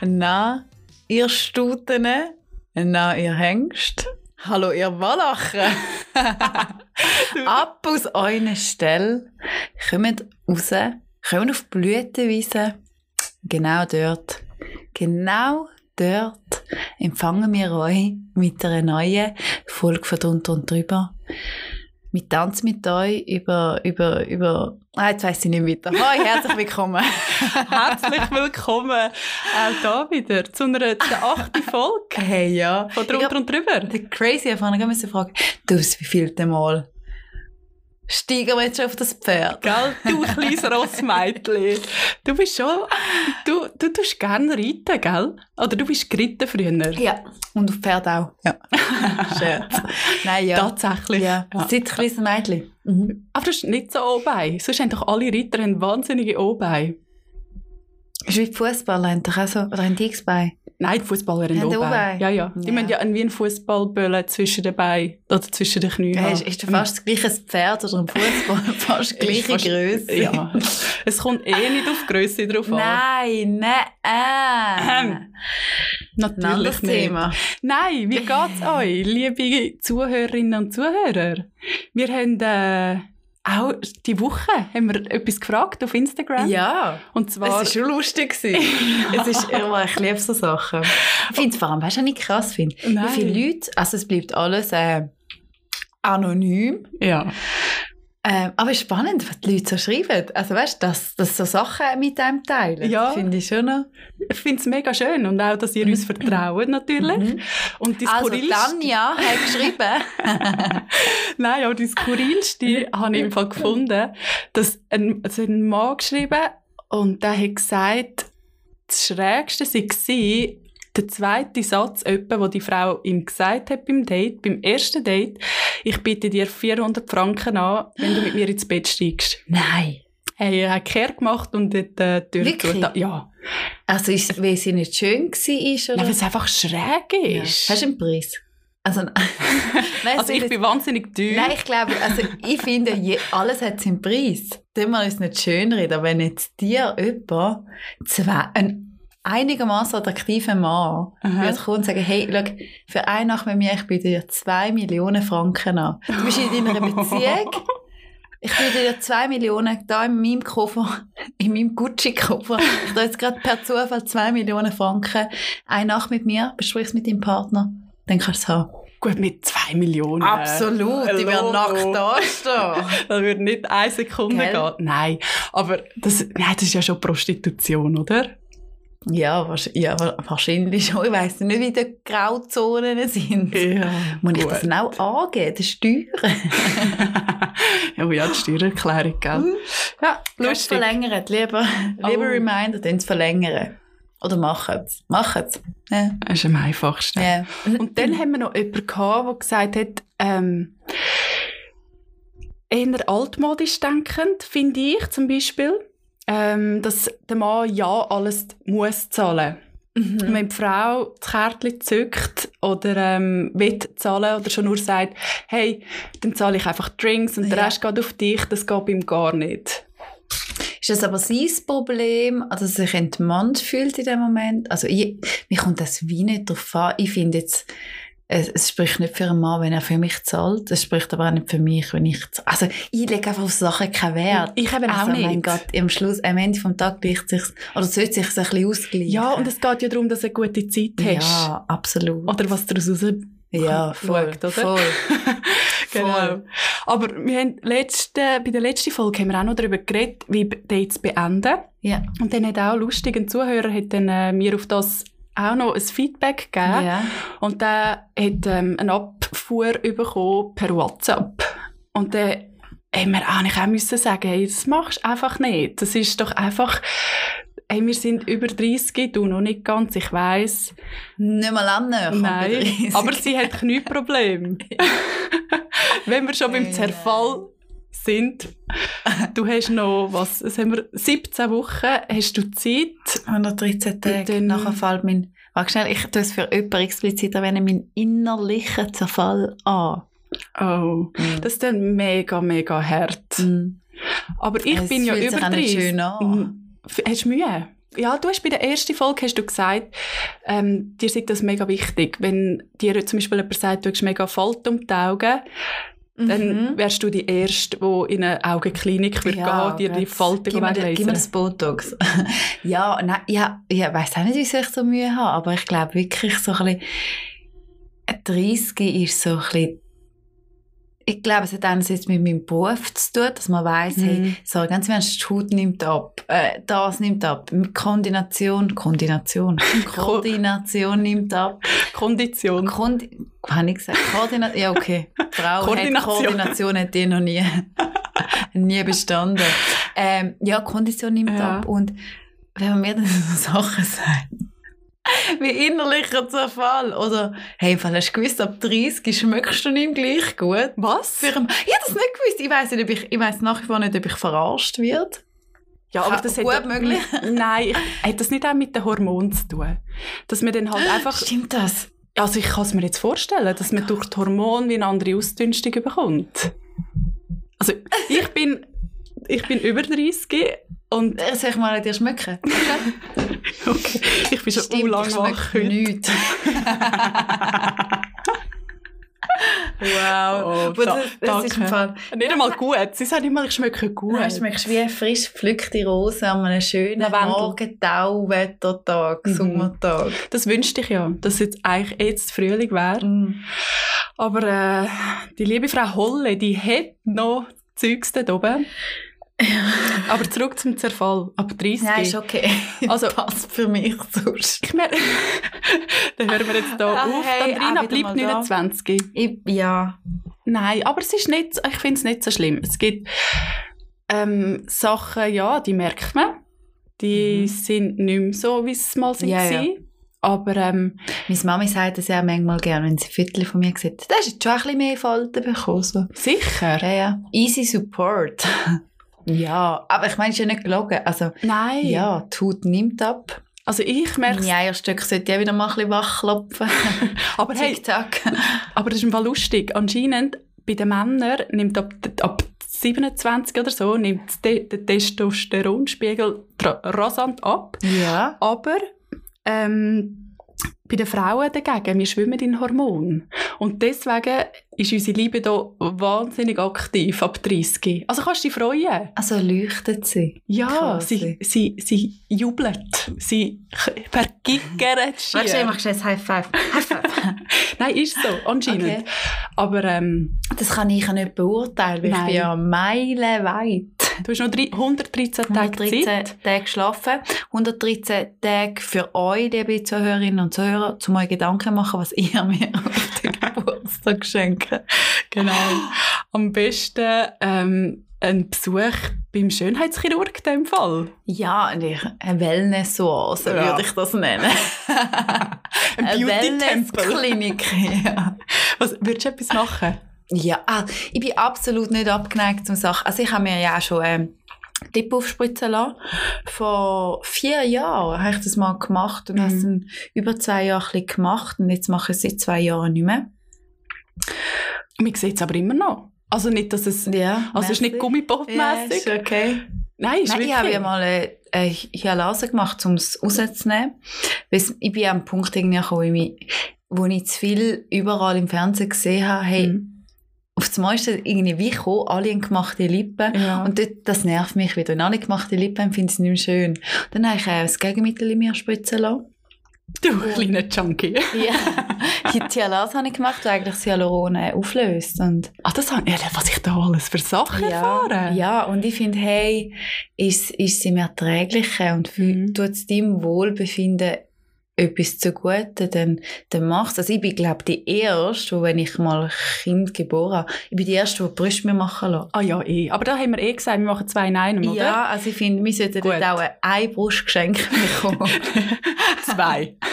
Na, ihr Stutene, na, ihr Hengst, hallo, ihr Walachen. Ab aus euren Stellen, kommt raus, kommt auf die Blütenwiese. Genau dort, genau dort empfangen wir euch mit einer neuen Folge von drunter und drüber. Wir tanzen mit euch über, über, über, ah, jetzt weiss ich nicht weiter. Hoi, herzlich willkommen. Herzlich willkommen auch da wieder zu einer zu der achten Folge Hey, ja. von Ich drunter glaub, und drüber. Der Crazy erfahren, ich muss fragen, du, wie viel denn mal? Steigen wir jetzt schon auf das Pferd? Gell, du kleines Rossmeitli. Du bist schon, du, du tust gerne reiten, gell? Oder du bist geritten früher. Ja. Und auf Pferd auch. Ja. Scherz. Nein, ja. Tatsächlich. ja. Ja. Seit kleines Mädchen. Mhm. Aber du bist nicht so Obei. Sonst haben doch alle Reiter einen wahnsinnigen Obei. Ist wie die Fußballer, haben doch auch so, oder haben die X-Bein? Nein, die Fußballer haben Haben Obei. Obei? Ja, ja. Die Ja. müssen ja wie einen Fußballbölle zwischen den Beinen oder zwischen den Knien Ja, haben. ist, ist doch fast das gleiche als Pferd oder ein Fußball, fast Ist gleiche fast- Größe. Ja. Es kommt eh nicht auf die Grösse drauf an. Nein, nein. Ahem. Ein anderes Natürlich nicht. Thema. Nein, wie geht's euch, liebe Zuhörerinnen und Zuhörer? Wir haben äh, auch die Woche haben wir etwas gefragt auf Instagram. Ja. Und zwar, Es war schon lustig. es ist immer, ich liebe so Sachen. Ich finde es vor allem, weißt du, was ich krass finde? Wie Nein. viele Leute, also es bleibt alles äh, anonym, ja, ähm, aber es ist spannend, was die Leute so schreiben. Also weißt du, dass, dass so Sachen mit einem teilen, Ja. finde ich schon noch. ich finde es mega schön und auch, dass ihr uns vertraut natürlich. Und die Also skurrilste, Tanja hat geschrieben, nein, aber die skurrilste habe ich im Fall gefunden, dass ein, also ein Mann geschrieben und der hat gesagt, das Schrägste war der zweite Satz, etwa, wo die Frau ihm gesagt hat beim Date, beim ersten Date, ich biete dir 400 Franken an, wenn du mit mir ins Bett steigst. nein. Hey, er hat Kehr gemacht und hat äh, die Tür Wirklich? getan. Ja. Also ist, weil sie nicht schön war Nein, oder weil es einfach schräg Ja. ist. Hast du einen Preis? Also, Weiss also ich ich jetzt- bin wahnsinnig teuer. Nein, ich glaube, also ich finde, je, alles hat seinen Preis. Tun wir uns nicht schönreden, aber wenn jetzt dir jemand, zwei, ein einigermaßen attraktiver Mann, Aha. würde kommen und sagen, hey, schau, für eine Nacht mit mir, ich biete dir zwei Millionen Franken an. Du bist in deiner Beziehung, ich biete dir zwei Millionen, da in meinem Koffer, in meinem Gucci-Koffer, ich habe jetzt gerade per Zufall zwei Millionen Franken, eine Nacht mit mir, besprichst mit deinem Partner, dann kannst du es haben. Gut, mit 2 Millionen. Absolut, ich werde Hallo. nackt dastehen. Das würde nicht eine Sekunde Gell? gehen. Nein, aber das, nein, das ist ja schon Prostitution, oder? Ja, wahrsch- ja, wa- wahrscheinlich schon. Ich weiss nicht, wie die Grauzonen sind. Ja. Muss ich das dann auch angeben, den Steuern? ja, ja, die Steuererklärung, gell? Ja, Kannst lustig. verlängern, lieber, lieber Oh. Reminder, dann verlängern. Oder machen es. Machen es. Ja. Das ist am einfachsten. Ja. Und dann haben wir noch jemanden gehabt, der gesagt hat, ähm, eher altmodisch denkend, finde ich zum Beispiel, ähm, dass der Mann ja alles muss zahlen Und Mhm. Wenn die Frau das Kärtchen zückt oder ähm, will zahlen oder schon nur sagt, hey, dann zahle ich einfach Drinks und der Ja. Rest geht auf dich, das geht bei ihm gar nicht. Ist das aber sein Problem, also dass er sich entmannt fühlt in dem Moment? Also ich, mir kommt das wie nicht drauf an. Ich finde jetzt, es, es spricht nicht für einen Mann, wenn er für mich zahlt. Es spricht aber auch nicht für mich, wenn ich zahle. Also ich lege einfach auf Sachen keinen Wert. Ich eben also, auch nicht. mein Gott, am Schluss, am Ende vom Tag gleicht sich oder sollte sich ein bisschen ausgleichen. Ja, und es geht ja darum, dass du eine gute Zeit hast. ja, absolut. Oder was daraus raus... ja, voll, schaut, oder? Genau. voll. Voll. Aber wir haben letzte, bei der letzten Folge haben wir auch noch darüber geredet, wie Dates beenden. Ja. Und dann hat auch lustig ein Zuhörer hat dann, äh, mir auf das auch noch ein Feedback gegeben. ja. Und der hat ähm, eine Abfuhr bekommen per WhatsApp. Und dann haben wir eigentlich auch müssen sagen, hey, das machst du einfach nicht. Das ist doch einfach, hey, wir sind über 30, du noch nicht ganz, ich weiss. Nicht mal annäher. Nein, aber sie hat Knieprobleme. Wenn wir schon Hey, beim Zerfall sind, du hast noch, was, es haben wir 17 Wochen, hast du Zeit? 113 Tage. Dann- Nachher fällt mein, warte schnell, ich tue es für jemanden explizit erwähnen, mein innerlicher Zerfall an. Oh, das ist dann mega, mega hart. Mhm. Aber ich Es bin ja fühlt sich über auch nicht 30. schön an. Mm. F- Hast du Mühe? ja, du hast bei der ersten Folge hast du gesagt, ähm, dir ist das mega wichtig. Wenn dir zum Beispiel jemand sagt, du hast mega Falten um die Augen, dann wärst du die Erste, die in eine Augenklinik würde Mhm. Ja, gehen, dir die gut. Falten Gib mir, weglasern. den- gib mir das Botox. ja, nein, ja, ich weiss auch nicht, wieso ich so Mühe habe, aber ich glaube wirklich so ein bisschen, 30 ist so ein bisschen, ich glaube, es hat einerseits mit meinem Beruf zu tun, dass man weiss, hey, Mhm. sorry, ganz im Ernst, die Haut nimmt ab, äh, das nimmt ab, Koordination, Koordination, Koordination nimmt ab. Kondition. Kondi habe ich gesagt? Koordination? Ja, okay. Frau Koordination. Hat Koordination. Koordination hat die noch nie, nie bestanden. Ähm, ja, Kondition nimmt Ja. ab. Und wenn man mir dann so Sachen sagt, wie innerlicher Zerfall oder «Hey, im Fall hast du gewusst, ab 30 schmeckst du nicht mehr gleich gut?» Was? Ich habe das nicht gewusst. Ich weiss, nicht, ob ich, ich weiss nach wie vor nicht, ob ich verarscht werde. Ja, Ka- aber das gut hat, möglich. Nein, ich- hat das nicht auch mit den Hormonen zu tun? Dass man dann halt einfach, Stimmt das? also ich kann es mir jetzt vorstellen, dass man durch die Hormone wie eine andere Ausdünstung bekommt. Also ich bin, ich bin über 30 und Äh, Soll ich mal an dir schmecken? okay, ich bin schon Stimmt, Stimmt, lang ich wach schmecke heute. nichts. wow. Oh, Aber da- das, das ist im danke. Fall, Nicht einmal gut, sie sagen immer, ich schmecke gut. du schmeckst wie eine frisch gepflückte Rose an einem schönen Lavendel. Morgentau-Wettertag, Mhm. Sommertag. Das wünschte ich ja, dass jetzt eigentlich eh jetzt Frühling wäre. Mhm. Aber äh, die liebe Frau Holle, die hat noch Zeugs dort oben. Aber zurück zum Zerfall. Ab 30. Nein, ist okay. Also- passt für mich sonst. ich merke, dann hören wir jetzt hier Ah, auf. hey, Dann Andrina auch wieder bleibt mal da. 29. Ich, ja. Nein, aber es ist nicht, ich finde es nicht so schlimm. Es gibt ähm, Sachen, ja, die merkt man. Die Mhm. sind nicht mehr so, wie sie mal sind. Ja, ja. gewesen. Aber ähm, Meine Mami sagt das ja auch manchmal gerne, wenn sie Viertel von mir sieht. Da hast du jetzt schon ein bisschen mehr Falten bekommen. So. sicher. Ja, ja. Easy Support. ja, aber ich meine, es ist ja nicht gelogen. Also, Nein. ja, die Haut nimmt ab. Also ich merke es. Meine Eierstöcke sollte ja wieder mal ein bisschen wachklopfen. Aber hey, Tick-Tack. Aber das ist im Fall lustig. Anscheinend bei den Männern nimmt ab, ab 27 oder so nimmt de, der Testosteronspiegel tra- rasant ab. Ja. Aber ähm, bei den Frauen dagegen, wir schwimmen in Hormonen. Und deswegen ist unsere Liebe hier wahnsinnig aktiv ab 30. Also kannst du dich freuen. Also leuchtet sie. Ja, Quasi. sie, sie, sie jubelt. Sie vergickert Warte, ich mache jetzt High Five. High Five. Nein, ist so, anscheinend. Okay. Aber ähm, Das kann ich ja nicht beurteilen, weil ich Nein. bin ja meilenweit. Du hast noch drei- 113 Tage Zeit. 113 Tage geschlafen, 113 Tage für euch, liebe Zuhörerinnen und Zuhörer, zu euch Gedanken machen, was ihr mir auf den Geburtstag schenkt. Genau. Am besten ähm, ein Besuch beim Schönheitschirurg in dem Fall. Ja, und ich- eine Wellness-Oase Ja. würde ich das nennen. Ein Beauty-Tempel. Wellness-Klinik, ja. Was, würdest du etwas machen? Ja, ah, ich bin absolut nicht abgeneigt zum Sachen. Also ich habe mir ja auch schon ähm, Lippen aufspritzen lassen. Vor vier Jahren habe ich das mal gemacht und Mhm. habe es dann über zwei Jahre ein bisschen gemacht und jetzt mache ich es seit zwei Jahren nicht mehr. Man sieht es aber immer noch. Also nicht, dass es... Ja, Also es ist nicht ja, Gummipop-mässig. ist okay. Nein, ist Nein, wirklich... ich habe ja mal äh, äh, Hyalase gemacht, um es rauszunehmen. Weil es- ich bin am Punkt irgendwie gekommen, wo ich, mich- wo ich zu viel überall im Fernsehen gesehen habe, hey, Mhm. auf das meiste irgendwie wie gekommen, alle haben gemachte Lippen. Ja. Und dort, das nervt mich wieder. Wenn alle gemachte Lippen haben, finde ich es nicht mehr schön. Dann habe ich auch das Gegenmittel in mir spritzen lassen. Du kleiner Junkie. Ja. Die Cialas habe ich gemacht, die eigentlich das Hyaluron äh, auflöst. Und, Ah, das haben, ja, was ich da alles für Sachen erfahren ja, und ich finde, hey, ist, ist es im Erträglichen und Mhm. tut es deinem Wohlbefinden etwas zugute, dann, dann mach's. Also ich bin, glaube die Erste, die, wenn ich mal ein Kind geboren habe, ich bin die Erste, die die Brüste mir machen lassen. Ah ja, eh. Aber da haben wir eh gesagt, wir machen zwei in einem, oder? Ja, also ich finde, wir sollten Gut. dort auch ein- ein Brustgeschenk bekommen. Zwei.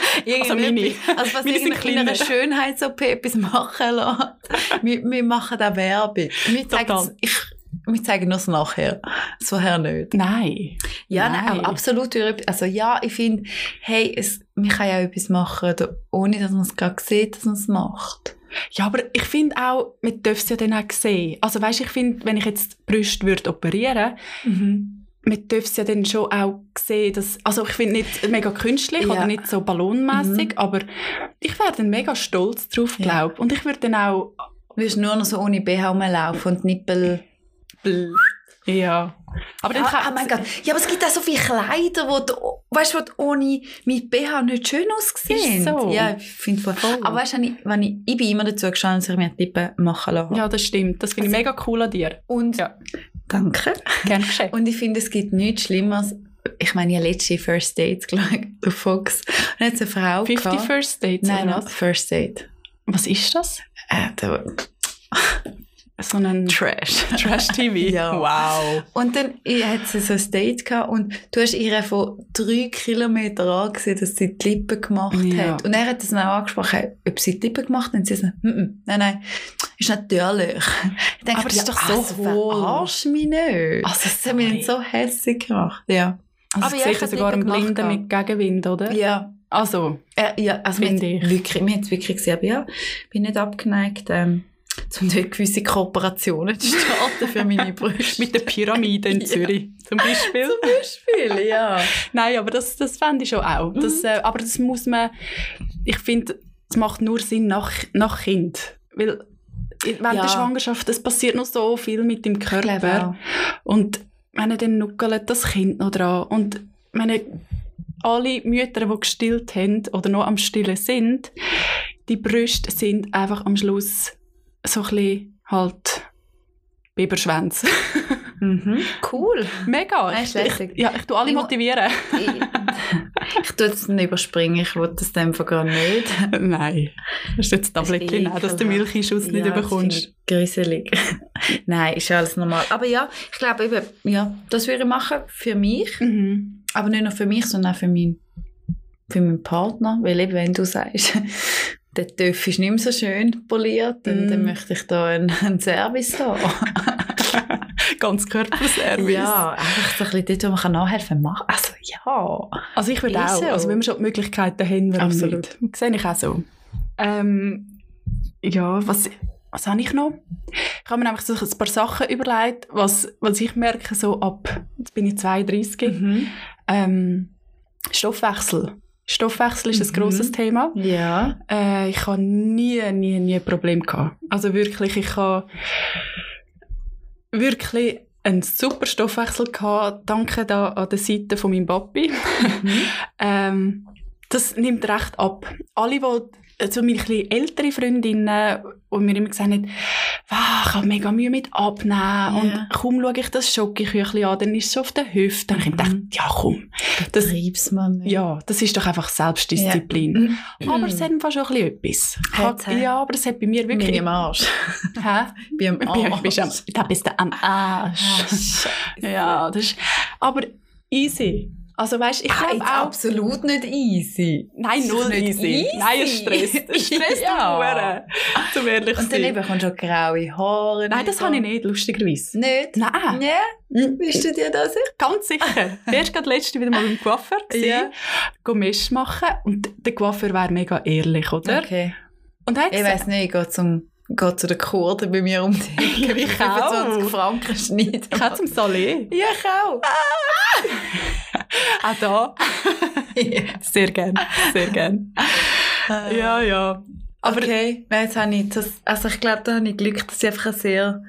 Also meine. Also was Meine sind irgendwie in einer kleiner. Schönheits-OP etwas machen lässt. Wir, wir machen auch Werbung. Wir Total. zeigen, ich, wir zeigen nur das Nachher. Das Vorher nicht. Nein. Ja, nein. Nein. aber absolut. durch- Also ja, ich finde, hey, es, man kann ja auch etwas machen, da- ohne dass man es gerade sieht, dass man es macht. Ja, aber ich finde auch, Mhm. man darf es ja dann auch sehen. Also weißt, ich finde, wenn ich jetzt die Brüste würde operieren, man darf es ja dann schon auch sehen, dass, also ich finde nicht mega künstlich Ja. Mhm. oder nicht so ballonmäßig, aber ich wäre dann mega stolz drauf, Ja. glaube Und ich würde dann auch... Du wirst nur noch so ohne BH rumlaufen und Nippel... Ja. Aber dann Ah, kann oh mein Gott. Ja, aber es gibt auch so viele Kleider, wo du, weißt, wo du ohne mit BH nicht schön aussehen. Ist so. Ja, ich finde voll. Voll. Aber weißt du, wenn ich, wenn ich, ich bin immer dazu gestanden, dass ich mir die Lippen machen lasse. Ja, das stimmt. Das finde ich Also mega cool an dir. Und Ja. danke. Gern geschehen. Und ich finde, es gibt nichts Schlimmeres. Ich meine, ich habe letzte First Dates geschaut auf Fox. Und dann hat es eine Frau 50 gehabt. First Dates oh Nein, oder nein, was? First Date. Was ist das? Äh, da- So ein Trash. Trash-TV? Ja. Wow. Und dann ich- hat sie so ein Date gehabt und du hast ihr von drei Kilometern angesehen, dass sie die Lippen gemacht Ja. hat. Und er hat das dann auch angesprochen, ob sie die Lippen gemacht hat. Und sie sagt, "Mm, mm, nein, nein, ist natürlich. Ich denke, Aber das ist ja, doch so also hohl. verarsch mich nicht. Also, das hat mich sorry. dann so hässlich gemacht. Ja. Aber Also aber ja, ich ich sehe hab sogar lieber einen Blinden gemacht, mit Gegenwind, oder? Ja. Also, Äh, ja, also wir haben Finde ich. wirklich, wir haben es wirklich gesehen, aber ja, bin nicht abgeneigt, ähm, zum dort gewisse Kooperationen zu starten für meine Brüste. mit der Pyramide in Ja. Zürich zum Beispiel. Beispiel, ja. Nein, aber das, das fände ich schon auch. Mhm. Das, äh, aber das muss man, ich finde, es macht nur Sinn nach, nach Kind. Weil während Ja. der Schwangerschaft, es passiert noch so viel mit dem Ich glaube auch. Körper. Und wenn er dann nuckelt das Kind noch dran. Und meine, alle Mütter, die gestillt haben oder noch am Stillen sind, die Brüste sind einfach am Schluss so ein bisschen halt Biberschwänze. Mhm. Cool. Mega! Nein, ist ich, ich, lässig. ja, ich tue alle Ich mu- motivieren. ich ich tue es nicht überspringen, ich will das dann gar nicht. Nein, das ist jetzt Das ist Tablettchen nehmen, dass du den ekelhaft. Milchschuss nicht das finde bekommst. ich Gruselig. Nein, ist ja alles normal. Aber ja, ich glaube eben, ja, das würde ich machen für mich, Mhm. aber nicht nur für mich, sondern auch für meinen, für meinen Partner, weil eben, wenn du sagst, der Töff ist nicht mehr so schön poliert, dann, Mm. dann möchte ich da einen, einen Service haben. Ganz Körperservice. Ja, einfach so ein bisschen dort, wo man kann nachhelfen kann. Also ja. Also ich würde Ist auch. so. Also wenn wir schon die Möglichkeiten haben, warum Absolut. nicht? Sehe ich auch so. Ähm, ja, was, was habe ich noch? Ich habe mir nämlich so ein paar Sachen überlegt, was, was ich merke, so ab, jetzt bin ich 32, ähm, Stoffwechsel. Stoffwechsel ist ein Mhm. grosses Thema. Ja. Äh, ich habe nie, nie, nie ein Problem gehabt. Also wirklich, ich habe wirklich einen super Stoffwechsel gehabt. Danke da an der Seite von meinem Papi. Ähm, das nimmt recht ab. Alle, die, also meine etwas ältere Freundinnen, die mir immer gesagt haben, wow, ich habe mega Mühe mit Abnehmen und kaum schaue ich das Schokoküchli an, dann ist es schon auf der Hüfte. Dann habe ich gedacht, Mhm. ja komm, Das Das- triebst man nicht. ja, das ist doch einfach Selbstdisziplin. Aber es hat im Fall schon ein bisschen etwas. Hat's, hä? ja, aber es hat bei Mm. mir Oh, Bin wirklich... ich am Arsch. Hä? Bin am Bei euch bist du am- Da bist du am Arsch. Arsch. Ja, das ist... Aber easy. Also weißt, ich Ah, jetzt glaube auch... absolut nicht easy. Nein, Ist null doch nicht easy. easy. Nein, es stresst. Es stresst Ja. ja. Zum ehrlich Und dann sein. eben kommst du auch graue Haare. Nein, das habe ich nicht, lustigerweise. Nicht? Nein, Hm. Ja? Bist du dir da sicher? ganz sicher. Der war gerade letzte wieder mal beim Coiffeur, Ja. ja. Mesh machen und der Coiffeur wäre mega ehrlich, oder? Okay. Und er hat Ich gesagt, weiss nicht, ich gehe, zum, gehe zu den Kurden bei mir um die Ecke. Ich mit auch. 25 Franken schneiden. ich habe zum Salé, Ja, ich auch. auch Ah, da, Ja. sehr gern, sehr gern. Ja, ja. Aber okay, nein, jetzt habe ich das, also ich glaube, da habe ich Glück, dass ich einfach sehr,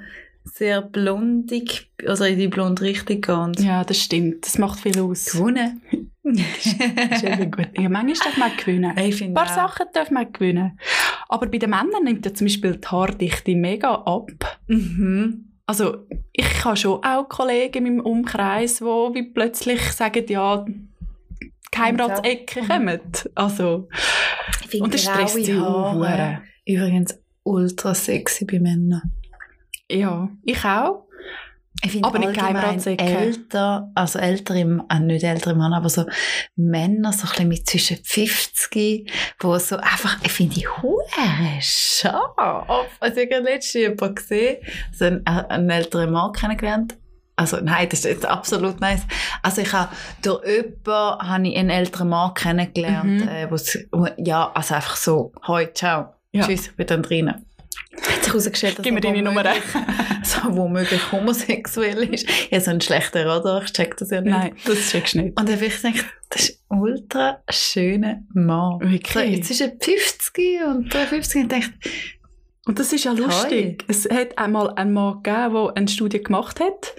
sehr blondig, also in die blonde Richtung gehe und Ja, das stimmt, das macht viel aus. gewonnen. Das ist eben gut. Ja, manchmal darf man auch gewinnen. ich finde Ein paar auch. Sachen darf man gewinnen. Aber bei den Männern nimmt ja zum Beispiel die Haardichte mega ab. Mhm. Also ich habe schon auch Kollegen in meinem Umkreis, die wie plötzlich sagen, ja, Geheimratsecke Mhm. kommen. Also, Ich finde und das graue stresst sie auch. übrigens ultra sexy bei Männern. Ja, ich auch. Ich finde Aber nicht allgemein Geheimratsecken. älter, also ältere, äh, nicht ältere Männer, aber so Männer, so ein bisschen mit zwischen 50, wo so einfach, ich finde die Hure scharf. Also ich habe letztens jemanden gesehen, so einen, äh, einen älteren Mann kennengelernt. Also nein, das ist jetzt absolut nice. Also ich habe durch jemanden habe ich einen älteren Mann kennengelernt, Mhm. äh, wo, es- wo- ja, also einfach so, hoi, ciao, Ja. tschüss, ich bin dann drinnen. Hat sich herausgestellt, dass Gib mir er deine Nummer. womöglich- So Also, womöglich homosexuell ist. Ich habe so einen schlechten Radar, ich check das ja nicht. Nein, das checkst du nicht. Und dann habe ich gedacht, das ist ein ultra schöner Mann. So, jetzt ist er 50 und 53 und denkt, Und das ist ja lustig. Es hat einmal einen Mann gegeben, der eine Studie gemacht hat,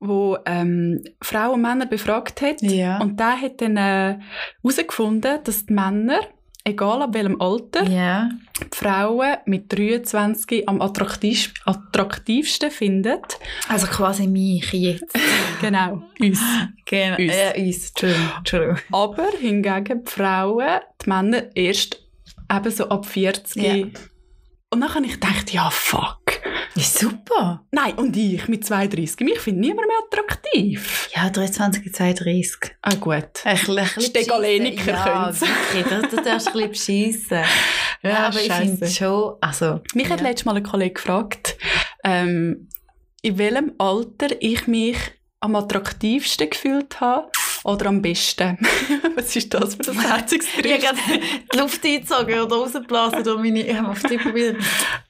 wo ähm, Frauen und Männer befragt hat. ja. Und der hat dann äh, herausgefunden, dass die Männer, egal ab welchem Alter, ja. die Frauen mit 23 am attraktiv attraktivsten finden. Also quasi mich jetzt. Genau, uns. Genau. Uns. Ja, uns. Entschuldigung. Entschuldigung. Aber hingegen die Frauen, die Männer erst eben so ab 40. Ja. Und dann habe ich gedacht, ja fuck. Ist super. Nein, und ich mit 32, mich finde niemand mehr attraktiv. Ja, 23, 32. Ah gut. Ein bisschen- ein bisschen Stegoleniker beschissen. können's. Ja, wirklich. Das, das darfst du ein bisschen beschissen. Ja, aber ich scheisse. finde schon, also... Mich hat ja. letztes Mal ein Kollege gefragt, ähm, in welchem Alter ich mich am attraktivsten gefühlt habe oder am besten. Was ist das für das Ich Herzungsgericht? habe die Luft eingezogen oder rausgeblasen durch meine... Ich habe auf die probiert.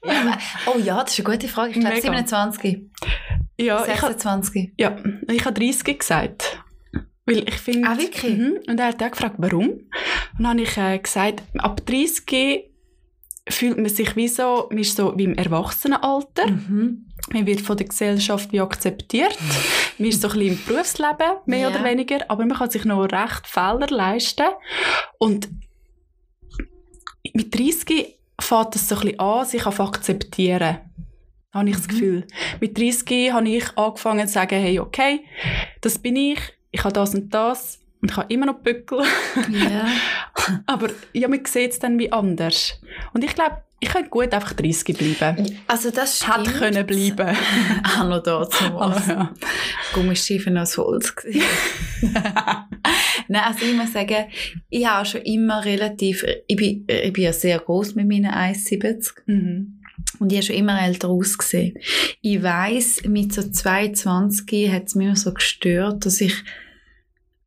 Ja, aber- oh ja, das ist eine gute Frage. Ich glaube Mega. 27, Oh, Ja, ich habe 26. ja, ich habe 30 gesagt. Weil ich finde... Ah, wirklich? Mhm. Und er hat auch gefragt, warum. Und dann habe ich äh, gesagt, ab 30 fühlt man sich wie so, man ist so wie im Erwachsenenalter. Mhm. Man wird von der Gesellschaft wie akzeptiert. Man ist so ein bisschen im Berufsleben, Ja. mehr oder weniger, aber man kann sich noch recht Fehler leisten. Und mit 30 fängt es so ein bisschen an, sich auf akzeptieren. Habe ich das Mhm. Gefühl. Mit 30 habe ich angefangen zu sagen, hey, okay, das bin ich, ich habe das und das und ich habe immer noch Bückel. Ja. Aber ja, man sieht es dann wie anders. Und ich glaube, ich könnte gut einfach 30 bleiben. Also das stimmt. Hätte können bleiben. Auch noch da zumal. Also, ja. Gummistiefel aus Holz. gewesen. Nein, also ich muss sagen, ich habe auch schon immer relativ, ich bin, ich bin ja sehr groß mit meinen 1,70 Mhm. und ich habe schon immer älter ausgesehen. Ich weiß, mit so 22 hat es mich immer so gestört, dass ich,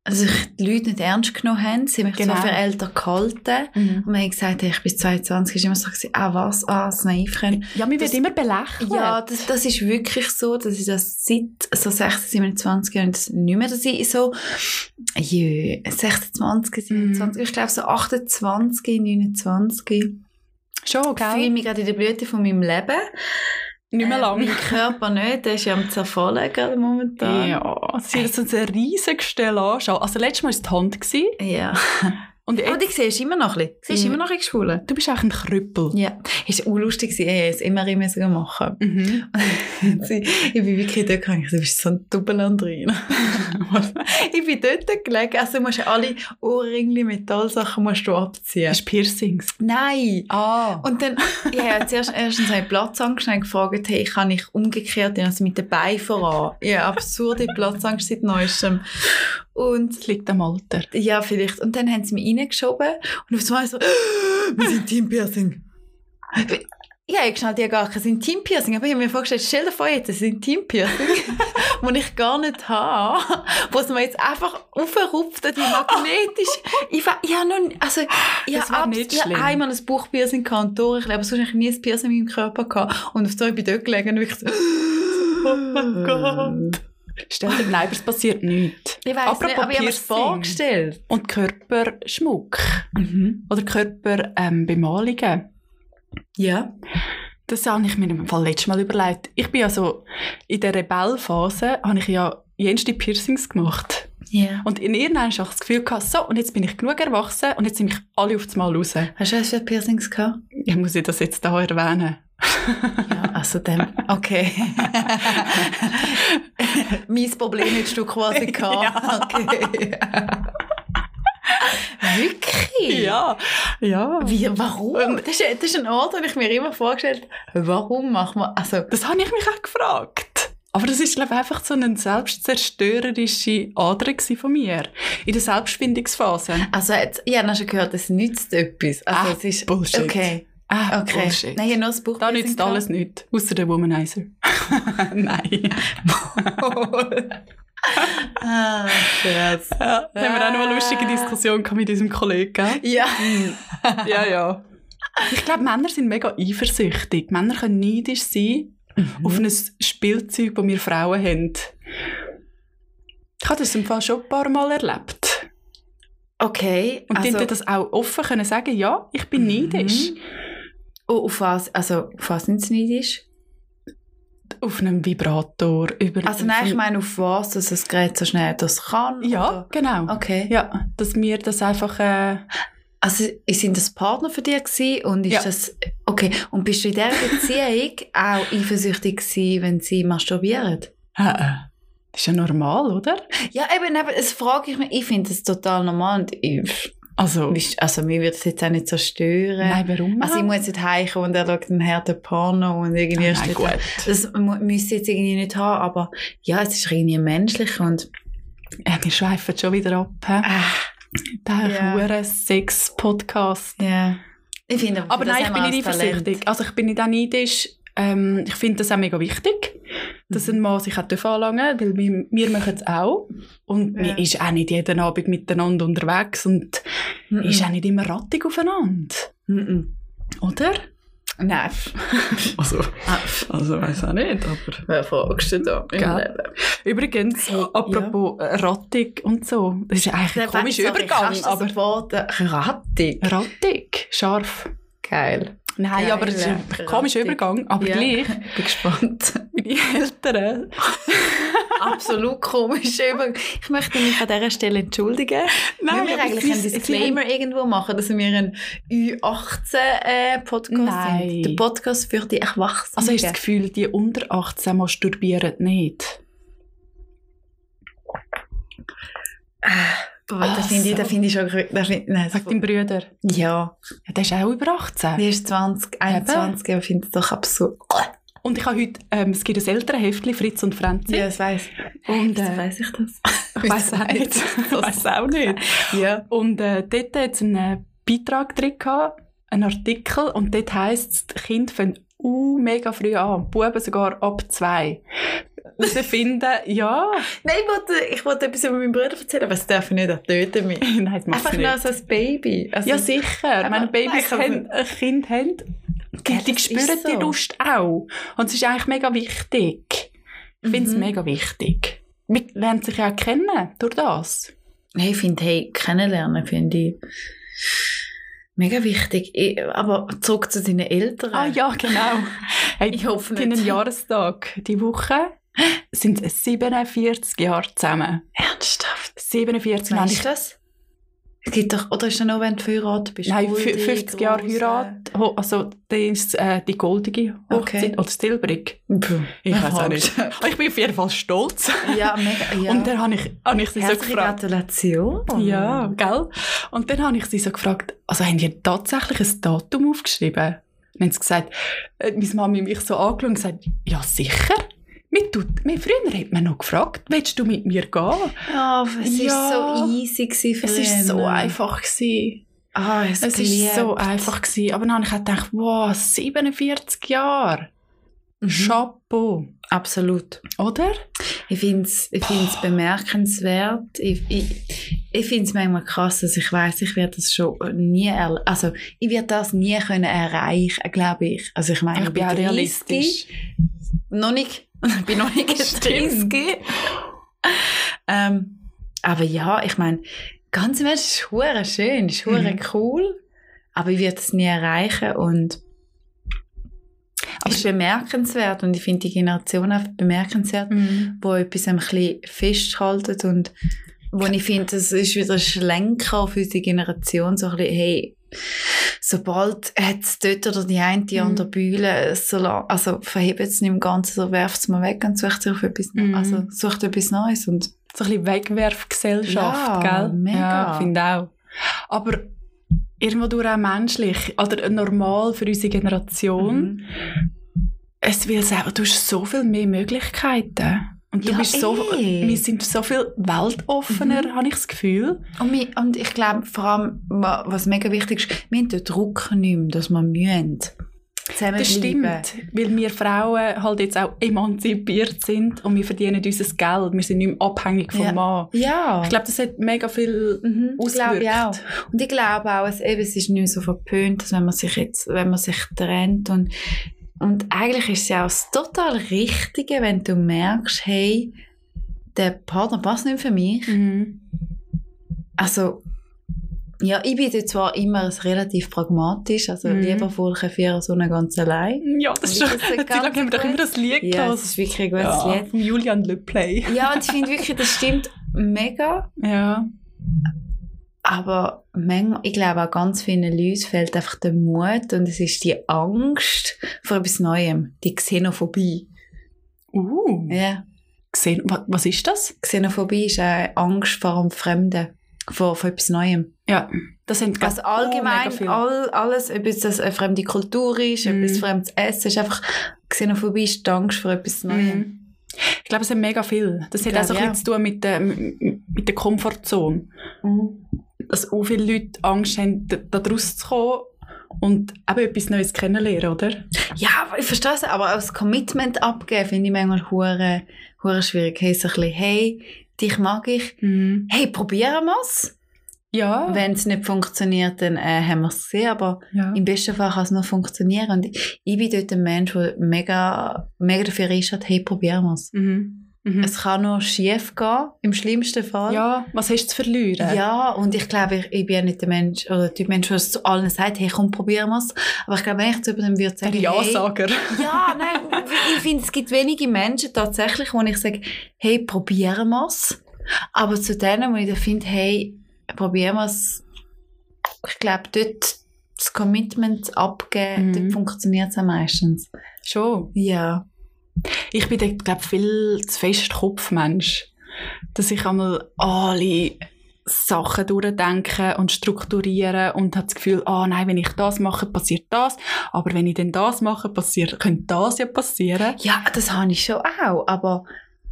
also ich die Leute nicht ernst genommen haben, sie haben mich Genau. zwar für älter gehalten und man hat gesagt, hey, ich bin 22, ist immer so gewesen, ah was, ah, das naiv können. Ja, mir Das- wird immer belächelt. Ja, das, das ist wirklich so, dass ich das seit so 16, 27 Jahren das nicht mehr, dass ich so jö, 16, 20, 27, ich glaube so 28, 29, Schon, ich fühle gell? mich gerade in der Blüte von meinem Leben. Nicht mehr Äh, lang. Mein Körper nicht, der ist ja am zerfallen gerade momentan. Ja, sie hat so ein riesiges Gestell anschauen. Also, letztes Mal war es die Hand. Gewesen, ja. und Aber jetzt, Oh, die siehst du immer noch ein bisschen, siehst du Ja. immer noch ein bisschen geschwulen. du bist auch ein Krüppel. Ja, ist auch lustig gewesen, ich habe es immer immer so machen. Mhm. ich bin wirklich dort gegangen, du bist so ein Dubbelandrin. ich bin dort gelegen, also du musst alle Ohrringe, Metallsachen musst du abziehen. Hast Piercings. Nein! Ah. Und dann, ich habe ja zuerst erstens einen Platzangst und habe gefragt, hey, kann ich umgekehrt, gehen, also mit den Beinen voran. Ja, absurde Platzangst seit Neuestem. Und Das liegt am Alter. ja, vielleicht. Und dann haben sie mich reingeschoben und auf einmal so, wir sind Teampiercing. Ja, ich schnell dir gar kein Intimpiercing, aber ich habe mir vorgestellt, stell dir vor, jetzt ein Intimpiercing, das ich gar nicht habe, wo es mir jetzt einfach aufrupft, die magnetisch. Ich, wa- ich habe noch, nie- also, ich Das wär habe nicht abs- ich habe schlimm. einmal ein Bauchpiercing gehabt und durch, aber sonst habe ich nie ein Piercing in meinem Körper gehabt. Und auf so bin ich dort gelegen und ich so, Oh mein Gott. Stell dir, nein, aber es passiert nichts. Ich weiß nicht, Apropos aber ich habe mir das Piercing. vorgestellt. Und Körperschmuck. Oder Körperbemalungen. Ja. Das habe ich mir im Fall letztes Mal überlegt. Ich bin ja so, in der Rebellphase habe ich ja jenste Piercings gemacht. Ja. Und in ihr habe ich auch das Gefühl gehabt, so, und jetzt bin ich genug erwachsen und jetzt sind mich alle auf das Mal raus. Hast du erst für Piercings gehabt? Ich muss ich das jetzt da erwähnen. Ja, also dann, okay. mein Problem hättest du quasi gehabt. Ja. Okay. Wirklich? Ja, Ähm, ja. Wie, warum? Das ist, das ist ein Ort, wo ich mir immer vorgestellt habe, warum macht man, also, Das habe ich mich auch gefragt. Aber das ist, glaube ich, einfach so eine selbstzerstörerische Ader gewesen von mir. In der Selbstfindungsphase. also jetzt, ich habe noch schon gehört, es nützt etwas. Also, Ah, es ist, Bullshit. okay, Ah, okay. Bullshit. Nein, ich habe noch das Buch da nützt alles nichts. Außer der Womanizer. Nein. Ah, Scherz. Hm, Ja, da haben wir auch noch eine lustige Diskussion gehabt mit unserem Kollegen. gell? Ja. Ja, ja. Ich glaube, Männer sind mega eifersüchtig. Männer können neidisch sein Mhm. auf ein Spielzeug, das wir Frauen haben. Ich habe das im Fall schon ein paar Mal erlebt. Okay. Und die also, Mhm. haben das auch offen können sagen, ja, ich bin neidisch. oh, auf was, also, auf was sind sie neidisch? Auf einem Vibrator. Über Also nein, ich meine, auf was, dass das Gerät so schnell das kann? Ja, genau. Oder? Okay. Ja, dass wir das einfach... Äh, Also sind das Partner für dich gewesen und ist Ja. das... Okay, und bist du in dieser Beziehung auch eifersüchtig gewesen, wenn sie masturbieren? äh, das ist ja normal, oder? Ja, eben, eben das frage ich mich. Ich finde das total normal und ich, Also, also mir würde es jetzt auch nicht so stören. nein, warum? Also ich muss jetzt heimkommen und er schaut einen harten Porno und irgendwie Ah, ist nein, das- gut. Das mu- müsste ich jetzt irgendwie nicht haben, aber ja, es ist irgendwie menschlich und Ja, wir schweifen schon wieder ab. hä? ah, Der Ja. yeah. Sex-Podcast. ja. Ich finde, Aber das nein, ich haben bin wir nicht als Talent. eifersüchtig. Also ich bin nicht auch neidisch. Ähm, ich finde das auch mega wichtig, dass Mhm. ein Mann sich auch darf anlangen darf, weil wir, wir machen es auch. Und Ja. man ist auch nicht jeden Abend miteinander unterwegs und Mhm. ist auch nicht immer rattig aufeinander. Mhm. Oder? Nein. Also, Ah, also weiß auch nicht, aber... Wer fragst du da? Gell? Übrigens, Hey, apropos äh, rattig und so, das ist ja eigentlich ein komischer Übergang, aber... Das Wort äh, rattig. Rattig, scharf. Geil. Nein, Geil, aber das ist ein rattig. komischer Übergang, aber Ja. gleich. Ich bin gespannt. Meine Eltern Absolut komisch. Über- Ich möchte mich an dieser Stelle entschuldigen. Nein, wir aber eigentlich sie- einen sie haben- Disclaimer irgendwo machen, dass wir ein eh, Ü18-Podcast Nein. sind. Der Podcast für die Erwachsenen. Also hast du das Gefühl, die unter 18 masturbieren nicht? Boah, das Ach finde ich, so. das finde ich schon... grü- Das finde, nein, das Sagt dein Bruder. ja, Ja, der ist auch über 18. die ist 20, 21, aber ich finde es doch absurd. Und ich habe heute, ähm, es gibt ein Elternheftchen, Fritz und Franzi. Ja, das weiss. Und Wieso äh, weiss ich das? ich weiß auch nicht. Ich weiß auch nicht. Ja. Und äh, dort hat es einen äh, Beitrag drin gehabt, einen Artikel, und dort heisst es, die Kinder fangen uh, mega früh an, Buben sogar ab zwei. Sie finden, ja, Nein, ich wollte, ich wollte etwas über meinen Bruder erzählen, aber es darf nicht, er tötet mich. nein, das macht Einfach nicht. nur so als Baby. Also, Ja, sicher. Aber- Wenn Babys Nein, aber- haben, ein Kind haben, die, Ja, die das spüren ist so. die Lust auch. Und es ist eigentlich mega wichtig. Ich finde es Mhm. mega wichtig. Man lernt sich ja auch kennen durch das. Hey, ich finde, hey, kennenlernen finde ich mega wichtig. Ich, aber zurück zu deinen Eltern. Ah ja, genau. Hey, Ich hoffe die haben nicht. einen Jahrestag. Die Woche sind es 47 Jahre zusammen. Ernsthaft? 47 Jahre. Weißt du das? Es gibt doch, oder ist das nur, wenn du verheiratet bist? Nein, Goldig, fü- 50 Jahre gross, Heirat. Ho- Also, das ist äh, die goldige Hochzeit. Okay. Oder das Silbrige. äh, puh. Ich weiß auch nicht. Aber Ich bin auf jeden Fall stolz. Ja, mega. Ja. Und dann habe ich, habe ich sie so Herzliche gefragt. Gratulation. Ja, gell? Und dann habe ich sie so gefragt, also haben die tatsächlich ein Datum aufgeschrieben? Dann haben sie gesagt, äh, meine Mami mich so angeschaut und gesagt, ja sicher. Mir tut, mir früher hat man noch gefragt, willst du mit mir gehen? Ja, Oh, es war Ja. so easy gewesen für Es ist so ihn. einfach gewesen. Ah, es Es ist so geliebt. einfach gewesen. Aber dann habe ich auch gedacht, wow, 47 Jahre. Mhm. Chapeau. Absolut. Oder? Ich finde es ich find's bemerkenswert. Ich, ich, ich finde es manchmal krass, dass ich weiß, ich werde das schon nie erl also ich werde das nie können erreichen, glaube ich. Also ich meine, Ich bin auch 30, realistisch. Noch nicht, ich bin noch nicht Stimmt. 30. ähm, aber ja, ich meine, ganz im Ernst, es ist hure schön, es ist hure Mhm. cool, aber ich werde es nie erreichen und Aber es ist bemerkenswert und ich finde die Generation einfach bemerkenswert Mhm. wo etwas ein bisschen festhalten und wo ich finde, das ist wieder ein Schlenker auf unsere Generation, so ein bisschen, hey, sobald hat's dort oder die eine die Mhm. andere Bühne, so la- also verhebt es nicht im Ganzen, so werft es mal weg und sucht sich auf etwas, Mhm. also sucht etwas Neues und so ein bisschen Wegwerfgesellschaft, Ja, gell? mega. Ja, finde auch. Aber irgendwo durch auch menschlich oder normal für unsere Mhm. Generation. Es will sagen, du hast so viel mehr Möglichkeiten. Und du Ja, bist so, eh. Mhm. wir sind so viel weltoffener, habe ich das Gefühl. Und, mi- und ich glaube vor allem, wa- was mega wichtig ist, wir haben den Druck nicht mehr, dass wir mühen. Zusammen Das stimmt, weil wir Frauen halt jetzt auch emanzipiert sind und wir verdienen unser Geld. Wir sind nicht mehr abhängig vom Ja. Mann. Ja. Ich glaube, das hat mega viel Mhm, ich glaube ich auch. ausgewirkt. Und ich glaube auch, es, eben, es ist nicht so verpönt, dass wenn man sich jetzt, wenn man sich trennt und, und eigentlich ist es ja auch das total Richtige, wenn du merkst, hey, der Partner passt nicht für mich. Mhm. Also, ja, ich bin dort zwar immer so relativ pragmatisch, also Mhm. lieber Wolken für so eine ganz allein. Ja, das ist Und schon. ich finde es Jetzt haben wir ganz doch immer das Lied gut. Ja, gehört. es ist wirklich ein gutes ja, Lied. Von Julian Le Play. Ja, und ich finde wirklich, das stimmt mega. Ja. Aber manchmal, ich glaube auch ganz vielen Leuten fehlt einfach der Mut und es ist die Angst vor etwas Neuem, die Xenophobie. Uh. Ja, Gesehen, wa- was ist das? Xenophobie ist eine Angst vor dem Fremden, vor, vor etwas Neuem. Ja, das sind ganz Also allgemein, Oh, mega viel. all, alles, ob es das eine fremde Kultur ist, ob Mhm. es fremdes Essen ist, einfach Xenophobie ist die Angst vor etwas Neuem. Mhm. Ich glaube, es hat mega viel. Das hat glaube auch so ein auch. bisschen zu tun mit der, mit der Komfortzone. Dass auch viele Leute Angst haben, da, da draus zu kommen und eben etwas Neues kennenlernen, oder? Ja, aber ich verstehe es, aber auch das Commitment abgeben finde ich manchmal hure, hure schwierig. Hey, so ein bisschen, hey, dich mag ich, hey, probieren wir es. Ja. Mhm. Wenn es nicht funktioniert, dann äh, haben wir es gesehen, aber ja. im besten Fall kann es nur funktionieren. Und ich ich bin dort ein Mensch, der mega, mega dafür einsteht, hey, probieren wir es. Mhm. Mhm. Es kann nur schief gehen, im schlimmsten Fall. ja, was hast du zu verlieren? Ja, und ich glaube, ich, ich bin ja nicht der Mensch, oder der Mensch, der es zu allen sagt, hey, komm, probieren wir es. Aber ich glaube, wenn ich zu jemandem würde Der sagen, hey, Ja-Sager. ja, nein, ich finde, es gibt wenige Menschen tatsächlich, wo ich sage, hey, probieren wir es. Aber zu denen, wo ich dann finde, hey, probieren wir es, ich glaube, dort das Commitment abgeben, Mhm. dort funktioniert es am meistens. Schon. Ja. Ich bin, glaube ich, viel zu fest Kopfmensch. Dass ich einmal alle Sachen durchdenke und strukturiere und habe das Gefühl, ah nein, wenn ich das mache, passiert das. Aber wenn ich dann das mache, passiert, könnte das ja passieren. Ja, das habe ich schon auch, aber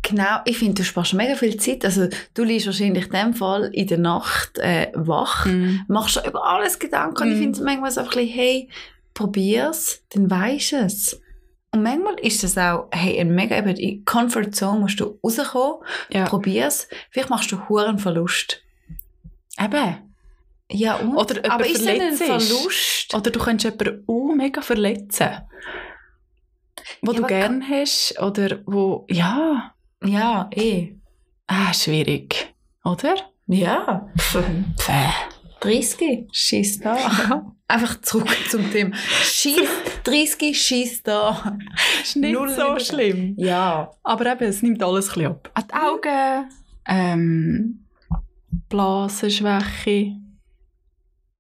genau, ich finde, du sparst mega viel Zeit. Also du liegst wahrscheinlich in dem Fall in der Nacht äh, wach, machst dir über alles Gedanken und ich Mhm. finde es manchmal so ein bisschen, hey, probier's, dann weisst es. Und manchmal ist das auch, hey, ein mega, eben in die Comfort Zone musst du rauskommen, Ja. probier's, vielleicht machst du hohen Verlust. Eben. Ja, und? Oder jemand aber ist denn ein verletzt ist. Verlust? Oder du könntest jemanden auch mega verletzen. Wo Ja, du aber- gerne hast oder wo, ja, Ja, eh. ah, schwierig. Oder? Ja. Pfäh. 30, schieß da. Einfach zurück zum Thema. Schieß, 30, schieß da. Ist nicht Null so lieber- schlimm. Ja. Aber eben, es nimmt alles ein bisschen ab. An die Ah, Augen, ähm, Blasenschwäche.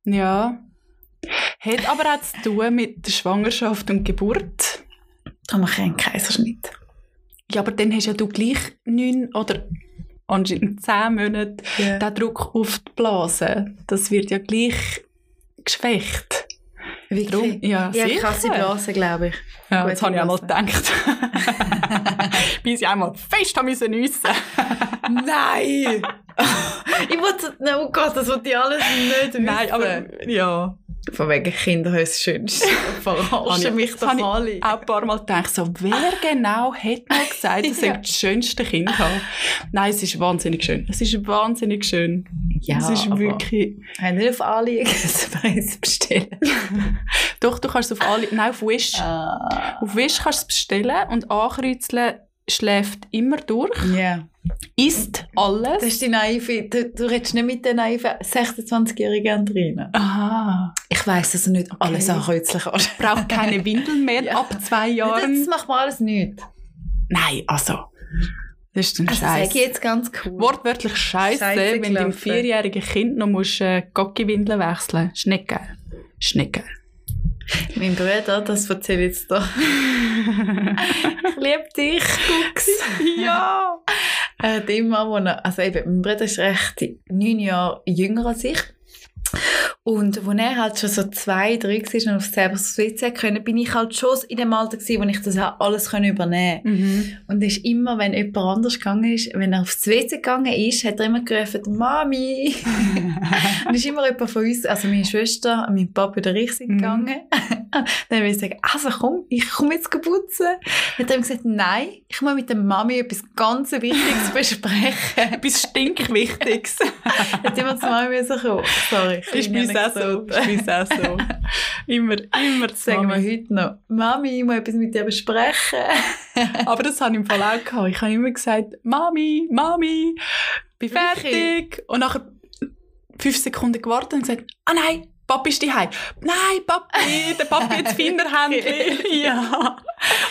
Ja. Hat aber auch zu tun mit der Schwangerschaft und Geburt. Aber man kann Kaiserschnitt. Ja, aber dann hast ja du gleich neun oder anscheinend zehn Monate Ja. den Druck auf die Blase. Das wird ja gleich geschwächt. Drum, ja, Ja, sicher. krasse Blase, glaube ich. Ja, Gute das habe ich auch mal Blase. gedacht. Bis ich einmal fest haben müssen nüssen. Nein! ich wollte, nein, oh Gott, das wollte ich alles nicht wissen. Nein, aber ja. Von wegen Kinder ist das Schönste. Verarschen mich Das doch habe ich alle. auch ein paar Mal gedacht, so, wer genau hätte mal gesagt, dass Ja. ich das schönste Kind habe? Nein, es ist wahnsinnig schön. Es ist wahnsinnig schön. Ja, es ist aber- wirklich... Haben nicht auf alle Preis bestellen. Doch, du kannst es auf alle... Nein, auf Wish. Ah. Auf Wish kannst du es bestellen und ankreuzeln schläft immer durch, Ja. isst Das alles. ist die naive, du, du redest nicht mit der naiven 26-jährigen Andrina. Aha. Ich weiss, dass du nicht alles ankreuzeln kannst. Braucht keine Windeln mehr Ja. ähm, ab zwei Das Jahren. macht man alles nicht. Nein, also... Das ist ein Also Scheiß. sage ich jetzt ganz cool. wortwörtlich scheiße, Scheisse wenn du gelaufen. dem vierjährigen Kind noch musst, äh, Gockiwindeln wechseln musst. Ist nicht geil. Ist nicht geil. Mein Bruder, das erzähle ich jetzt doch. ich liebe dich, Gucks. Ja! Äh, Er hat immer, wo er, also eben, mein Bruder ist recht neun Jahre jünger als ich. Und als er halt schon so zwei, drei war und auf selber sitzen können, bin ich halt schon in dem Alter gewesen, wo ich das auch alles können übernehmen konnte. Mhm. Und es ist immer, wenn jemand anders gegangen ist, wenn er aufs WC gegangen ist, hat er immer gerufen, Mami! Dus und es ist immer jemand von uns, also meine Schwester, und mein Papa oder ich sind Mhm. gegangen. Dann haben wir gesagt, also komm, ich komme jetzt putzen. Hat er ihm gesagt, nein, ich muss mit der Mami etwas ganz Wichtiges besprechen. Etwas stinkwichtiges. hat immer zu Mami müssen kommen. Sorry. ist bei uns auch so. Ist bei uns auch so. Immer, immer Das zu sagen wir Mami. heute noch. nou, Mami, ich muss etwas mit dir besprechen. Aber das habe ich im Fall auch gehabt. Ich habe immer gesagt, Mami, Mami, bin Wirklich? fertig. Und nachher fünf Sekunden gewartet und gesagt, ah nein, Papi ist daheim. Nein, Papi, der Papi hat das Finderhändchen. ja.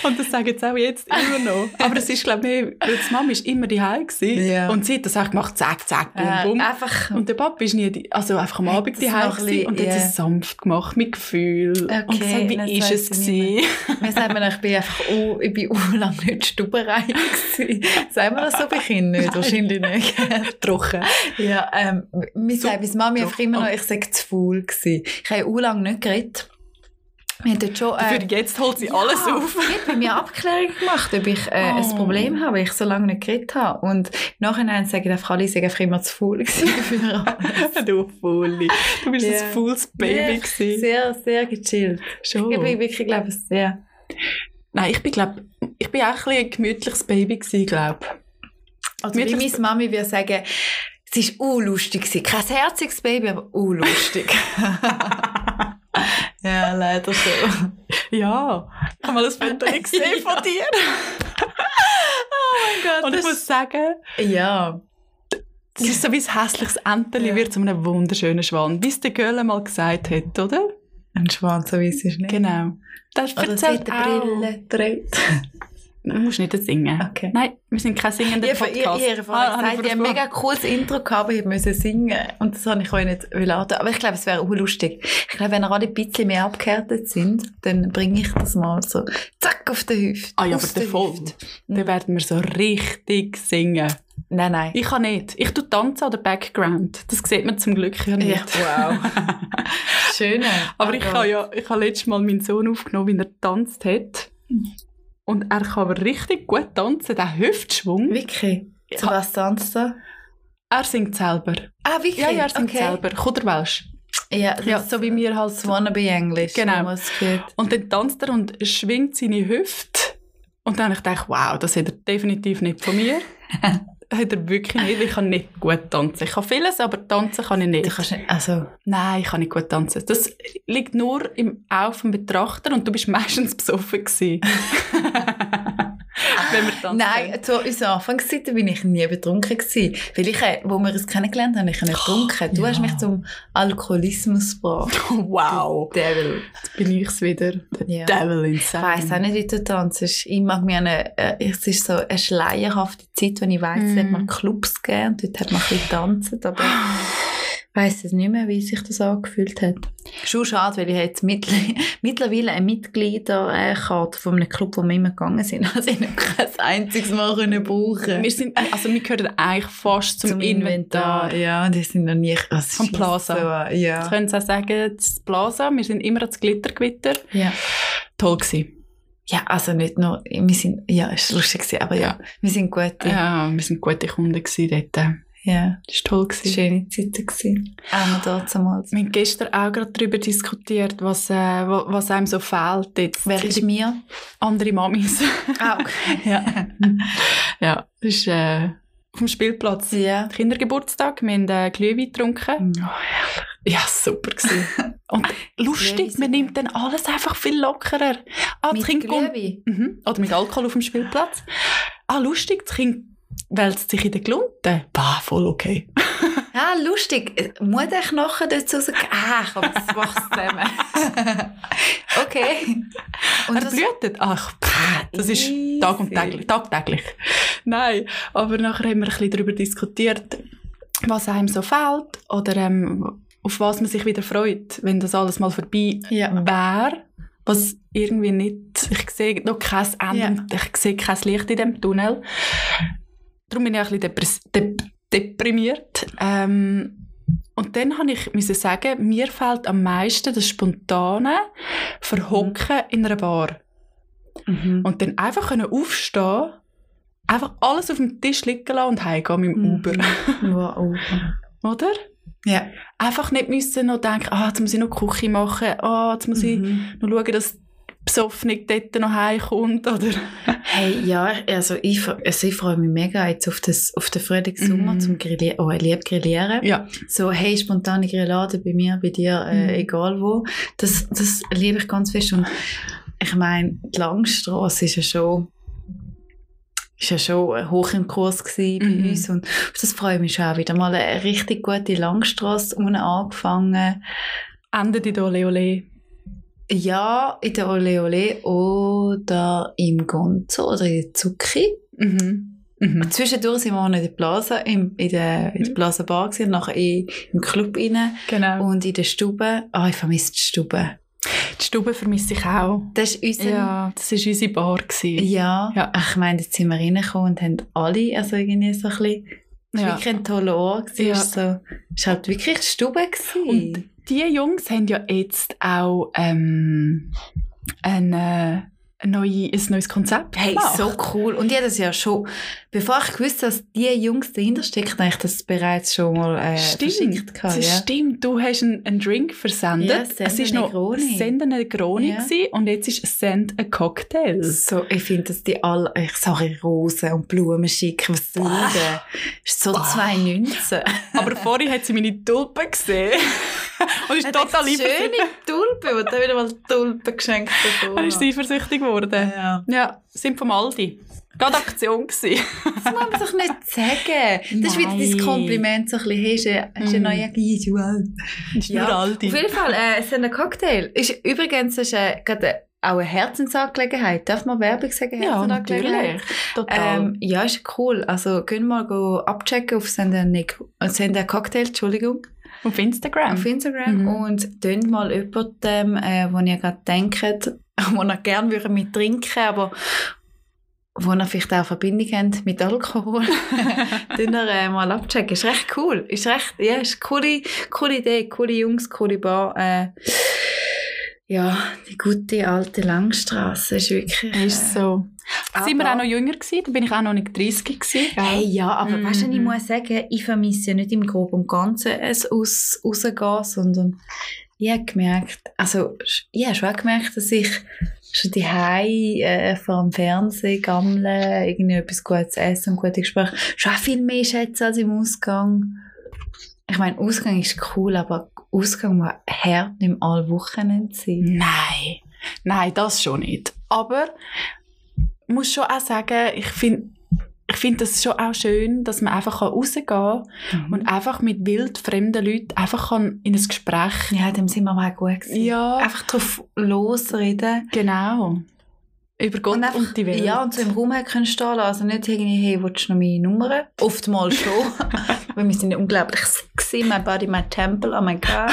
Und das sage ich jetzt auch jetzt immer noch. Aber es ist, glaube ich, mehr, weil die Mami ist immer daheim gewesen. Ja. Und sie hat das auch gemacht, zack, zack, bum, Äh, bum. einfach Und der Papi ist nie, die- also einfach am Hat Abend das die Hause noch ein bisschen- und hat ja. es sanft gemacht, mit Gefühl. und Okay, gesagt, das wie weiss ist es ich nicht gewesen? Man sagt mir, ich bin einfach u, ich bin u lang nicht stubenrein gewesen. Sagen wir das so bei Kindern nicht? Wahrscheinlich nicht. Trocken. ja, ähm, mir So- sagt meine Mami einfach Doch. Ah. immer noch, ich sei zu faul gewesen. Ich habe u lang nicht geredet. Wir haben dort schon... äh, Für jetzt holt sie alles auf. Ich habe bei mir Abklärung gemacht, ob ich äh, Oh. ein Problem habe, weil ich so lange nicht geredet habe. Und nachher sagen einfach alle, ich sei einfach immer zu faul gewesen für alles. du Fulli. Du bist Ja. ein fools Baby Ja, gewesen. Sehr, sehr gechillt. Ich bin Schon. wirklich, glaube ich, sehr... Nein, ich bin, glaub, ich bin auch ein, bisschen ein gemütliches Baby gewesen, glaube Also wie Gemütliches meine Mami würde sagen, es war unlustig. gewesen. Kein herziges Baby, aber unlustig. ja, leider so. Ja. Ich habe mal ein Foto gesehen von dir. Oh Und ich muss sagen, ja. es ist so wie ein hässliches Enteli Ja. wird zu einem wunderschönen Schwan. Wie es der Göhle mal gesagt hat, oder? Ein Schwan, so weiss ist nicht. Genau. Das Oder es erzählt mit der auch. Brille dreht. Du musst nicht singen. Okay. Nein, wir sind kein singender Ihr habt Podcast. ihr- ihr habt vorhin Ah, habe ich gesagt, ihr habt ein versprochen. mega cooles Intro gehabt, aber ich musste singen. Und das habe ich euch nicht laden. Aber ich glaube, es wäre unlustig. Ich glaube, wenn ihr alle ein bisschen mehr abgehärtet sind, dann bringe ich das mal so zack auf den Hüft. Ah ja, Aus aber der der Folge. Hüft. Dann werden wir so richtig singen. Nein, nein. Ich kann nicht. Ich tue tanzen an der Background. Das sieht man zum Glück ja nicht. wow. Oh Schön. Aber ich habe ja, ich habe letztes Mal meinen Sohn aufgenommen, wie er getanzt hat. Und er kann aber richtig gut tanzen, der Hüftschwung. Vicky, zu Ja. was tanzt du? Er singt selber. Ah, Vicky, Ja, ja, er singt selber. Kuderwelsch. Ja, Ja, so so wie wir halt das Wannabe Englisch. Genau. wo man es hört. Und dann tanzt er und schwingt seine Hüfte. Und dann habe ich gedacht, wow, das hat er definitiv nicht von mir. hat er wirklich nicht, weil ich kann nicht gut tanzen. Ich kann vieles, aber tanzen kann ich nicht. Du kannst nicht, also, Nein, ich kann nicht gut tanzen. Das liegt nur im Auge vom Betrachter und du bist meistens besoffen gewesen. Wenn wir tanzen. nein, zu unserer Anfangszeiten bin ich nie betrunken gewesen. Weil ich, äh, wo wir uns kennengelernt haben, ich nicht betrunken. Du Ja. hast mich zum Alkoholismus gebracht. Wow. Devil. Jetzt bin ich's wieder. Der Ja. Devil Ich inside. weiss auch nicht, wie du tanzt. Ich mag mich an eine, äh, es ist so eine schleierhafte Zeit, wenn ich weiss, es hat Mm. mal Clubs gegeben und dort hat man ein bisschen getanzt, aber ich weiss es nicht mehr, wie sich das angefühlt hat. Schon schade, weil ich jetzt mittle- mittlerweile eine Mitgliederkarte von einem Club, wo wir immer gegangen sind, also ich noch kein einziges Mal können brauchen Wir sind, also wir gehören eigentlich fast zum, Inventar. Ja, die sind noch nie... Also Am Plaza. So, Wir ja. können es auch sagen, das Plaza, wir sind immer ans Glittergewitter. ja. Toll gewesen. Ja, also nicht nur... Wir sind... Ja, es war lustig, gewesen, aber ja, wir sind gute. Ja, wir sind gute Kunden gewesen dort. ja. Das war toll. Gewesen. Schöne Zeiten gewesen. Auch dort zumal. Wir haben gestern auch gerade darüber diskutiert, was, äh, wa- was einem so fehlt jetzt. Wer ist Die mir? andere Mamis. Ah, okay. ja. ja, das ist äh, auf dem Spielplatz. Ja. Kindergeburtstag, wir haben äh, Glühwein getrunken. Ja, super gewesen. Und Glühwein lustig, super. man nimmt dann alles einfach viel lockerer. Ah, das Mit Kind kommt- Glühwein. Mhm. Oder mit Alkohol auf dem Spielplatz. Ah, lustig, das Kind wälzt sich in den Glunten. Bah, voll okay. Ah, lustig. Muss ich nachher dazu sagen? Ah, komm, das mach's zusammen. okay. Und Und er das, blühtet. Ach, pff, das ist Easy. Tag und täglich, tagtäglich. Nein, aber nachher haben wir ein bisschen darüber diskutiert, was einem so fehlt oder ähm, auf was man sich wieder freut, wenn das alles mal vorbei ja. wäre. Was irgendwie nicht, ich sehe noch kein Ende, ich sehe kein Licht in dem Tunnel. Darum bin ich auch ein bisschen depres- dep deprimiert. Ähm, Und dann habe ich müssen sagen, mir fehlt am meisten das spontane Verhocken in einer Bar. Mhm. Und dann einfach können aufstehen, einfach alles auf dem Tisch liegen lassen und heimgehen mit dem Mhm. Uber. Wow. Oder? Ja. Einfach nicht müssen noch denken, ah, jetzt muss ich noch die Küche machen, ah, jetzt muss Mhm. ich noch schauen, dass die Besoffnung dort noch heimkommt, oder? Hey, ja, also ich, fre- also ich freue mich mega jetzt auf, das, auf den Freitag Sommer Mhm. zum Grillieren. Oh, ich liebe Grillieren. Ja. So, hey, spontane Grillade bei mir, bei dir, äh, Mhm. egal wo. Das, das liebe ich ganz fest. Und ich meine, die Langstrasse ist ja schon, ist ja schon äh, hoch im Kurs gewesen bei Mhm. uns. Und auf das freue ich mich schon auch wieder. Mal eine richtig gute Langstrasse unten angefangen. Ende die Ole Ole. Ja, in der Ole Ole oder im Gonzo oder in der Zucchi. Mhm. Mhm. Zwischendurch sind wir auch noch in der Plaza, im, in der, in der Plaza Bar gewesen, nachher in, im Club rein Genau. und in der Stube. Ah, ich vermisse die Stube. Die Stube vermisse ich auch. Das ist unser... Ja, das war unsere Bar. Gewesen. Ja. Ja. Ach, ich meine, jetzt sind wir reingekommen und haben alle also irgendwie so ein bisschen... Es war Ja. wirklich ein toller Ort. gewesen. Ja. Es war so, es war halt wirklich die Stube. Gewesen. Und die Jungs haben ja jetzt auch ähm, ein, äh, ein, neue, ein neues Konzept Hey, gemacht. so cool. Und ich habe das ja schon, bevor ich gewusst dass die Jungs dahinter stecken, habe ich das bereits schon mal äh, verschickt. Stimmt, Gehabt, das ja. stimmt. Du hast einen, einen Drink versendet. Ja, Send es ist eine noch Negroni. Send eine Negroni Ja. gewesen und jetzt ist Send a Cocktail. So, ich finde, dass die alle, ich sage Rosen und Blumen schicken, was soll Ah. das? Ist so Ah. 2,19. Aber vorher hat sie meine Tulpen gesehen und ist total eifersüchtig. Schöne Tulpe, und dann wieder mal Tulpen geschenkt Dann ist sie eifersüchtig geworden. Ja. Ja, sind vom Aldi. Gerade Aktion gewesen. Das muss man doch nicht sagen. Das ist wieder Nein. dein Kompliment, so ein bisschen, hey, ist ein, ist ein Mm. neuer Visual. Ist Ja, nur Mhm. Auf Aldi. jeden Fall, äh, es ist ein Cocktail. Ist, übrigens ist äh, gerade äh, auch eine Herzensangelegenheit. Darf man Werbung sagen? Herzensangelegenheit? Total. Ähm, ja, ist cool. Also, können mal go abchecken auf Sender Neg- äh, Sender Cocktail, Entschuldigung. Auf Instagram. auf Instagram Mhm. und tönt mal jemandem, äh, wo ihr gerade denkt, wo ihr gerne würdet mit trinken, aber wo ihr vielleicht auch Verbindung habt mit Alkohol, tönt ihr äh, mal abchecken. Ist recht cool. Ist recht, ja, ist eine coole, coole Idee, coole Jungs, coole Bar. Äh, ja, die gute alte Langstrasse ist wirklich... ist so. Aber- Sind wir auch noch jünger gewesen? Da bin ich auch noch nicht 30 gewesen. Hey, ja, aber weißt du, ich Mhm. muss sagen, ich vermisse ja nicht im Groben und Ganzen ein Aus Rausgehen, sondern ich habe gemerkt, also sch- ich habe schon auch gemerkt, dass ich schon die äh, vor dem Fernsehen gammeln, irgendwie etwas Gutes essen und gute Gespräche, schon auch viel mehr schätze als im Ausgang. Ich meine, Ausgang ist cool, aber Ausgang muss hart nicht mehr alle Wochenende sein. Nein. Nein, das schon nicht. Aber ich muss schon auch sagen, ich finde ich find das schon auch schön, dass man einfach kann rausgehen kann und einfach mit wild fremden Leuten einfach kann in ein Gespräch. ja, dem sind wir mal gut gewesen. Ja, Einfach drauf losreden. genau. Über Gott und, einfach- die Welt. Ja, und so im Raum hat können stehen lassen. Also nicht irgendwie, hey, willst du noch meine Nummer? Oftmals schon. Weil wir sind ja unglaublich sexy. My body, my temple, oh my God.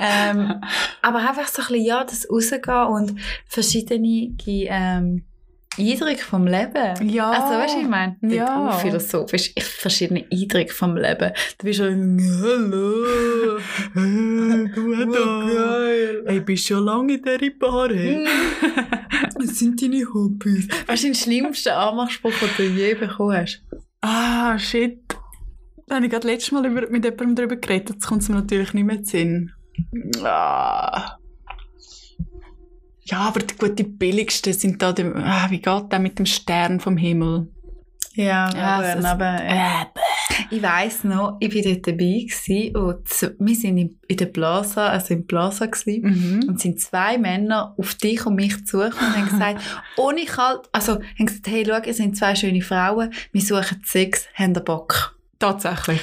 ähm, aber einfach so ein bisschen, ja, das Rausgehen und verschiedene ähm, Eindrücke vom Leben. ja. Also, weißt du, ich meine, nicht Ja. ja. philosophisch, verschiedene Eindrücke vom Leben. Du bist schon, hallo, du da. Oh, geil. Hey, bist schon lange in dieser Bar? hey? Was sind deine Hobbys? Was ist dein schlimmster Anmachspruch, den du je bekommen hast? Ah, shit. Da habe ich gerade letztes Mal über, mit jemandem darüber geredet. Jetzt kommt es mir natürlich nicht mehr in den Sinn. Ah. Ja, aber die, gut, die billigsten sind da, dem, ah, wie geht der mit dem Stern vom Himmel? Ja, aber- aber Äh, Ich weiss noch, ich war dort dabei gewesen und z- wir sind in, in der Plaza, also im Plaza gewesen. mhm. Und sind zwei Männer auf dich und mich zu suchen und haben gesagt, ohne kalt, also haben gesagt, hey, schau, es sind zwei schöne Frauen, wir suchen Sex, haben den Bock. Tatsächlich.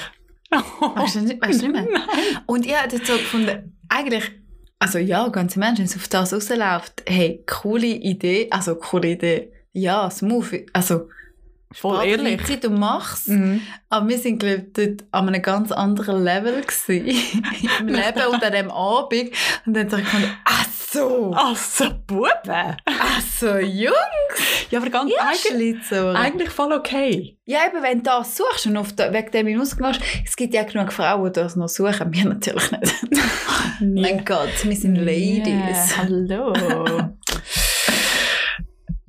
Weißt du nicht, weißt du nicht mehr? Nein. Und ich habe so gefunden, eigentlich, also ja, ganz im Ernst, wenn es auf das rausläuft, hey, coole Idee, also coole Idee, ja, smooth, also Voll spar dir ehrlich. Zeit und mach's. Mhm. Aber wir sind, glaube ich, dort an einem ganz anderen Level gewesen, im Leben und an dem Abend. Und dann habe ich gefunden, ah, so. Also, Buben! Ach so, Jungs. Ja, aber ganz Ja, eigentlich, Schlitzohr. eigentlich voll okay. Ja, eben, wenn du das suchst und auf der, wegen dem hinausgehst, es gibt ja genug Frauen, die das noch suchen. Wir natürlich nicht. Mein Gott, wir sind Ladies. Yeah, hallo.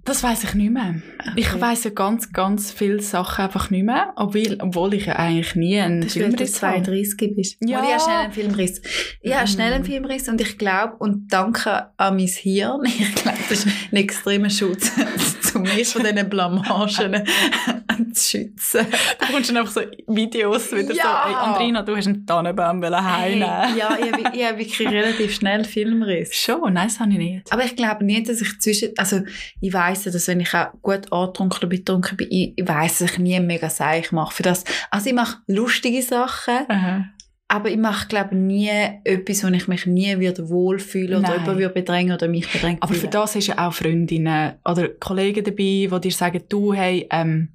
Das weiß ich nicht mehr. Ich Okay. weiß ja ganz, ganz viele Sachen einfach nicht mehr, obwohl, obwohl ich ja eigentlich nie einen Das ist, weil du Filmriss habe. 32 bist. Ja. Und ich habe schnell einen Filmriss. Ich habe Mhm. schnell einen Filmriss und ich glaube, und danke an mein Hirn, ich glaube, das ist ein extremer Schutz, um mich von diesen Blamagen zu schützen. Da kommst du dann einfach so Videos wieder Ja. so, «Ey, Andrina, du hast einen Tannenbaum wollen heimnehmen. Hey, ja, ich habe, ich habe wirklich relativ schnell Filmriss. Schon, nein, das habe ich nicht. Aber ich glaube nicht, dass ich zwischen, also ich weiss ja, dass wenn ich auch gut angetrunken oder betrunken bin, ich, ich weiss, dass ich nie mega seich mache für das. Also ich mache lustige Sachen, aber ich mache, glaube nie etwas, wo ich mich nie würde wohlfühlen oder Nein. jemanden würde bedrängen oder mich bedrängt Aber für fühlen. das hast du ja auch Freundinnen oder Kollegen dabei, die dir sagen, du, hey, ähm,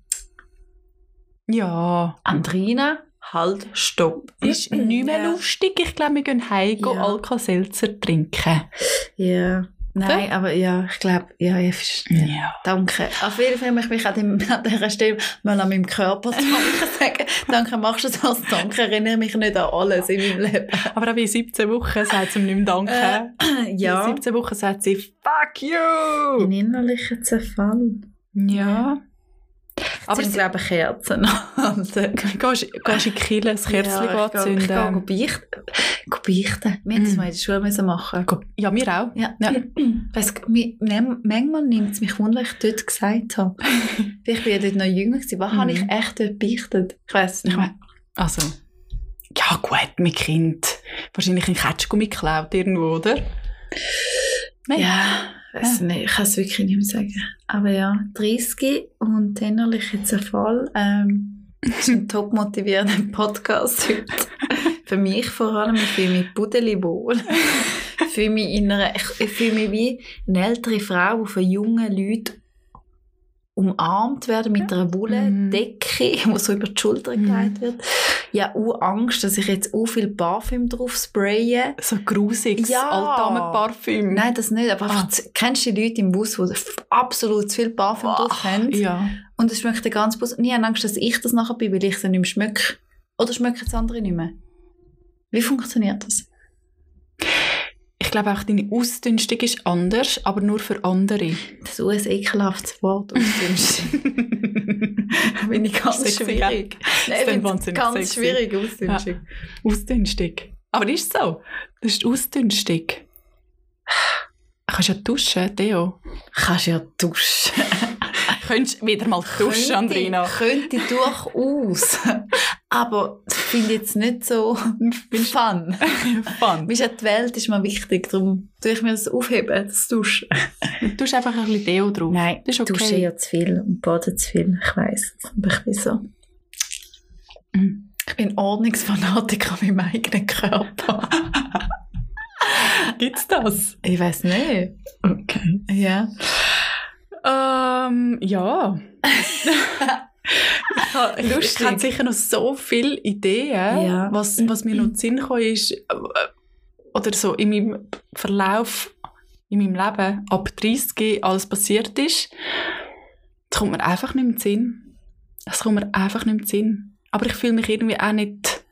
ja, Andrina, halt, stopp. ist nicht mehr Ja. lustig. Ich glaube, wir gehen heim, gehen Ja. Alka-Seltzer trinken. Ja. Nein, aber ja, ich glaube, ja, ich verstehe. Ja. Danke. Auf jeden Fall möchte ich mich an, dem, an dieser Stelle mal an meinem Körper danke sagen. Danke, machst du das? Danke, erinnere mich nicht an alles in meinem Leben. Aber auch in 17 Wochen sagt sie ihm nicht mehr Danke. Äh, In 17 Wochen sagt sie «Fuck you!» Ein innerlicher Zerfall. Ja. Aber Aber ich sie, glaube, Kerzen an. gehst, gehst in die Kirche, das Ja, Kerzchen ich gehe- Ich gehe anzünden. beichten. Go beichten. Wir mussten das Mm. mal in der Schule müssen machen. Ja, wir auch. Ja. Ja. Weiss, mi- nehm- manchmal nimmt es mich wunder, was ich dort gesagt habe. ich war ja dort noch jünger. Gewesen. Was Mhm. habe ich echt dort beichtet? Ich weiss Ich nicht mehr. mein, also, ja gut, mein Kind. Wahrscheinlich ein Ketschgummi geklaut irgendwo, oder? Nein. Ja, weiss nicht. Ich kann es wirklich nicht mehr sagen. Aber ja, 30 und innerlicher Zerfall. Ähm, das ist ein top motivierender Podcast heute. Für mich vor allem. Ich fühle mich pudelig wohl. Ich fühle mich, in einer, ich, ich fühle mich wie eine ältere Frau, die von jungen Leuten umarmt werden mit einer Mhm. Wolldecke, die so über die Schulter Mhm. gelegt wird. Ja, auch Angst, dass ich jetzt auch viel Parfüm drauf spraye. So grusiges Ja. Altdamenparfüm. Nein, das nicht. Aber einfach, Ah. z- kennst du die Leute im Bus, die f- absolut zu viel Parfüm Ah, drauf haben? Ja. Und es schmeckt der ganze Bus. Und ich habe Angst, dass ich das nachher bin, weil ich es dann nicht mehr schmecke. Oder schmecken es andere nicht mehr? Wie funktioniert das? Ich glaube auch, deine Ausdünstung ist anders, aber nur für andere. Das ist auch ein ekelhaftes Wort. Ausdünnstig. Bin ich ganz Sexy, schwierig. Nein, ich klingt finde es wahnsinnig ganz sexy. schwierig, ausdünstig. Ausdünstig. Aber ist so. Das ist die Ausdünstung. Kannst ja duschen, Theo. Kannst ja duschen. Könntest wieder mal duschen, Könnte- Andrina. Könnte durchaus. Aber finde ich jetzt nicht so fun. Fun. Mir ist ja die Welt ist mir wichtig, darum tue ich mir das aufheben, das Duschen. Du tust einfach ein bisschen Deo drauf. Nein, das ist okay. Duschen ja zu viel und Baden zu viel, ich weiss. Aber ich bin so. Mhm. Ich bin Ordnungsfanatiker mit meinem eigenen Körper. Gibt's das? ich weiss nicht. Okay. Ja. Ähm, ja. Ich hab- ich ich Lustig. habe sicher noch so viele Ideen, Ja. was, was mir noch in den Sinn gekommen ist, äh, oder so in meinem Verlauf, in meinem Leben, ab 30 alles passiert ist. Das kommt mir einfach nicht mehr in den Sinn. Das kommt mir einfach nicht mehr in den Sinn. Aber ich fühle mich irgendwie auch nicht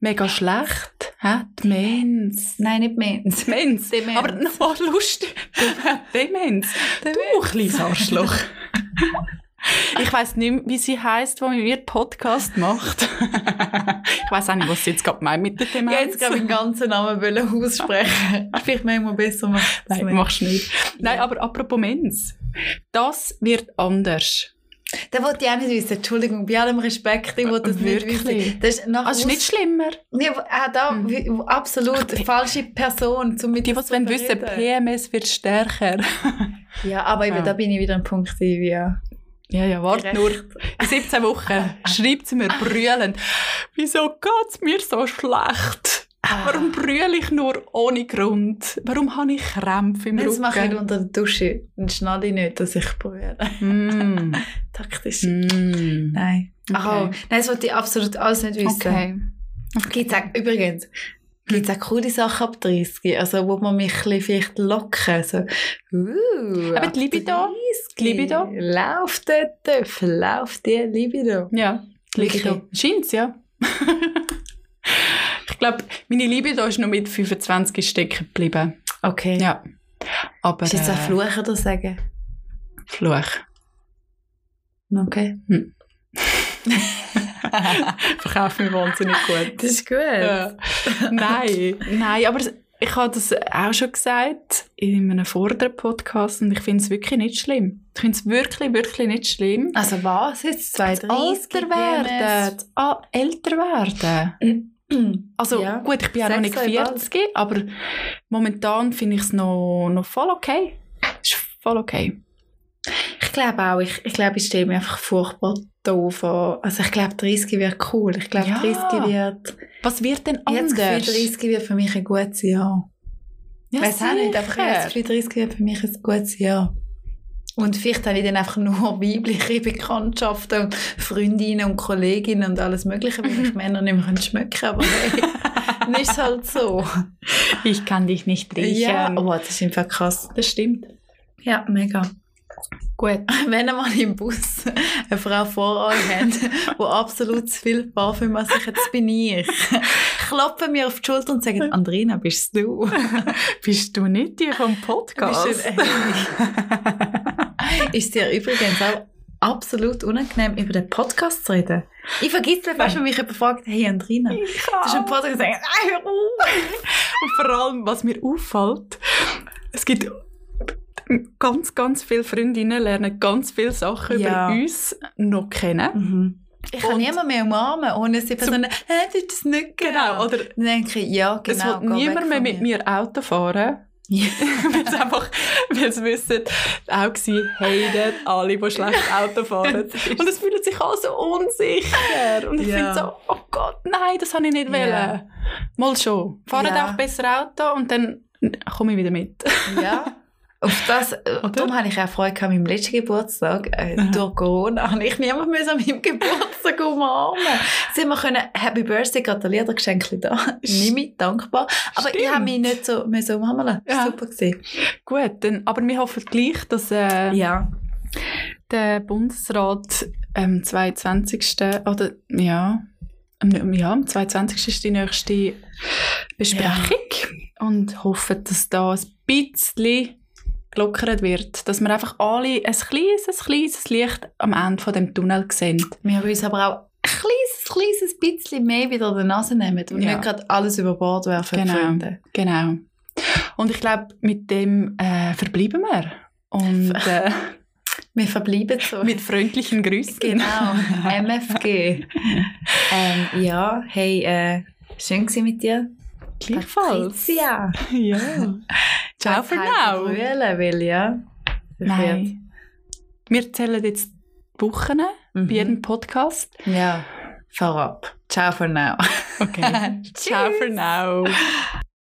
mega schlecht. Hä? Demenz. Nein, nicht mehr. Demenz. Demenz. Aber noch lustig. Demenz. Du kleines Arschloch. Ich weiß nicht, mehr, wie sie heißt, wo mit mir Podcast macht. ich weiß auch nicht, was sie jetzt gerade meint mit der Ich Demenz. wollte jetzt gerade meinen ganzen Namen wollen aussprechen. Vielleicht manchmal besser machen. Nein, machst du nicht. Nein, Ja. aber apropos Menz. Das wird anders. Das wollte ich auch nicht wissen. Entschuldigung, bei allem Respekt, ich wollte das nicht Wirklich? wissen. Das ist nach Also es ist nicht schlimmer. Ja, aber auch da, Hm. wie- absolut, falsche Person, um mit Die, uns was wollen zu wissen, reden. PMS wird stärker. Ja, aber eben, Ja. da bin ich wieder am Punkt, Silvia. Ja, ja, warte Gerecht. nur. In 17 Wochen schreibt sie mir brüllend. Wieso geht's mir so schlecht? Ah, Warum brülle ich nur ohne Grund? Warum habe ich Krämpfe im Das Rücken? mache ich unter der Dusche. Dann schnalle ich nicht, dass ich brühe. Mm. Taktisch. Mm. Nein. Okay. Ach, oh. nein, das wollte ich absolut alles nicht wissen. Okay. Gibt's auch, übrigens, gibt es auch coole Sachen ab 30, also wo man mich ein bisschen vielleicht locken, so, uh, Aber ab die Libido? 30, Die Libido? Lauft dort, verlauft die Libido. Ja, die Libido. Scheint's, ja. ich glaube, meine Libido ist noch mit 25 stecken geblieben. Okay. Ja. Aber, Ist das ein äh, Fluch oder Sagen? Fluch. Okay. Verkauft mich wahnsinnig gut. Das ist gut. Ja. Nein, nein, aber es- ich habe das auch schon gesagt in einem vorderen Podcast und ich finde es wirklich nicht schlimm. Ich finde es wirklich, wirklich nicht schlimm. Also was jetzt? 32 Älter werden. Ah, älter werden. PMS. Also Ja. gut, ich bin auch noch Sechs nicht Jahre bald. 40, aber momentan finde ich es noch, noch voll okay. Ist voll okay. Ich glaube auch, ich, ich glaube, ich stelle mir einfach furchtbar doof an. Also ich glaube, 30 wird cool. Ich glaube, Ja. 30 wird... Was wird denn Ich habe anders? das Gefühl, 30 wird für mich ein gutes Jahr. ja, Ich weiß auch nicht, aber ich habe das sicher. Gefühl, 30 wird für mich ein gutes Jahr. Und vielleicht habe ich dann einfach nur weibliche Bekanntschaften und Freundinnen und Kolleginnen und alles mögliche, weil ich Männer nicht mehr schmecken kann. Aber hey, dann ist es halt so. ich kann dich nicht riechen. Ja, oh, das ist einfach krass. Das stimmt. Ja, mega. Gut. Wenn ihr mal im Bus eine Frau vor euch habt, die absolut zu viel Parfüm an sich hat, das bin ich. Klopfen mir auf die Schulter und sagen, Andrina, bist du? Bist du nicht die vom Podcast? Bist du- ist dir übrigens auch absolut unangenehm, über den Podcast zu reden. Ich vergesse fast, wenn mich jemand fragt, hey Andrina, du hast einen Podcast und sagst, nein, hör auf. Und vor allem, was mir auffällt, es gibt ganz, ganz viele Freundinnen lernen ganz viele Sachen Ja. über uns noch kennen. Ich kann Mhm. Und- niemanden mehr umarmen, ohne dass die Person, hey, du hast das nicht Genau, gern.» oder Dann denke ich, ja, es genau. will geh niemand weg mehr von mit mir Auto fahren. Ja. weil es einfach, weil sie wissen, auch sie haten alle, die schlecht Auto fahren. Und es fühlen sich alle so unsicher. Und ich Ja. finde so, oh Gott, nein, das habe ich nicht Ja. wollen. Mal schon. Fahren Ja. auch besser Auto und dann komme ich wieder mit. Ja. Auf das, äh, Oder? darum hatte ich auch Freude gehabt, an meinem letzten Geburtstag. Äh, Aha. durch Corona habe ich niemand mehr an meinem Geburtstag umarmen. Sie haben mir können Happy Birthday gratulieren, Geschenk da. Nimi, dankbar. Aber ich Stimmt. habe mich nicht so müssen umarmen lassen. Das war Ja. Super gewesen. Gut, dann, aber wir hoffen gleich, dass äh, Ja. der Bundesrat am 22. oder ja, am- ja, am 22. ist die nächste Besprechung und hoffen, dass da ein bisschen gelockert wird, dass wir einfach alle ein kleines, ein kleines Licht am Ende von dem Tunnel sehen. Wir haben uns aber auch ein kleines, kleines bisschen mehr wieder an die Nase nehmen und Ja. nicht gerade alles über Bord werfen. Genau. Freunde. Genau. Und ich glaube, mit dem äh, verbleiben wir. Und äh, Wir verbleiben so. mit freundlichen Grüßen. Genau, MFG. ähm, ja, hey, äh, schön gewesen mit dir. Gleichfalls. Patricia. Ja. Ciao for Halt now. Brüllen will, ja. Ich Nein. Wir zählen jetzt die Wochen werd- Mhm. bei jedem Podcast. Ja, vorab. Ciao for now. nou. Okay. Ciao for now.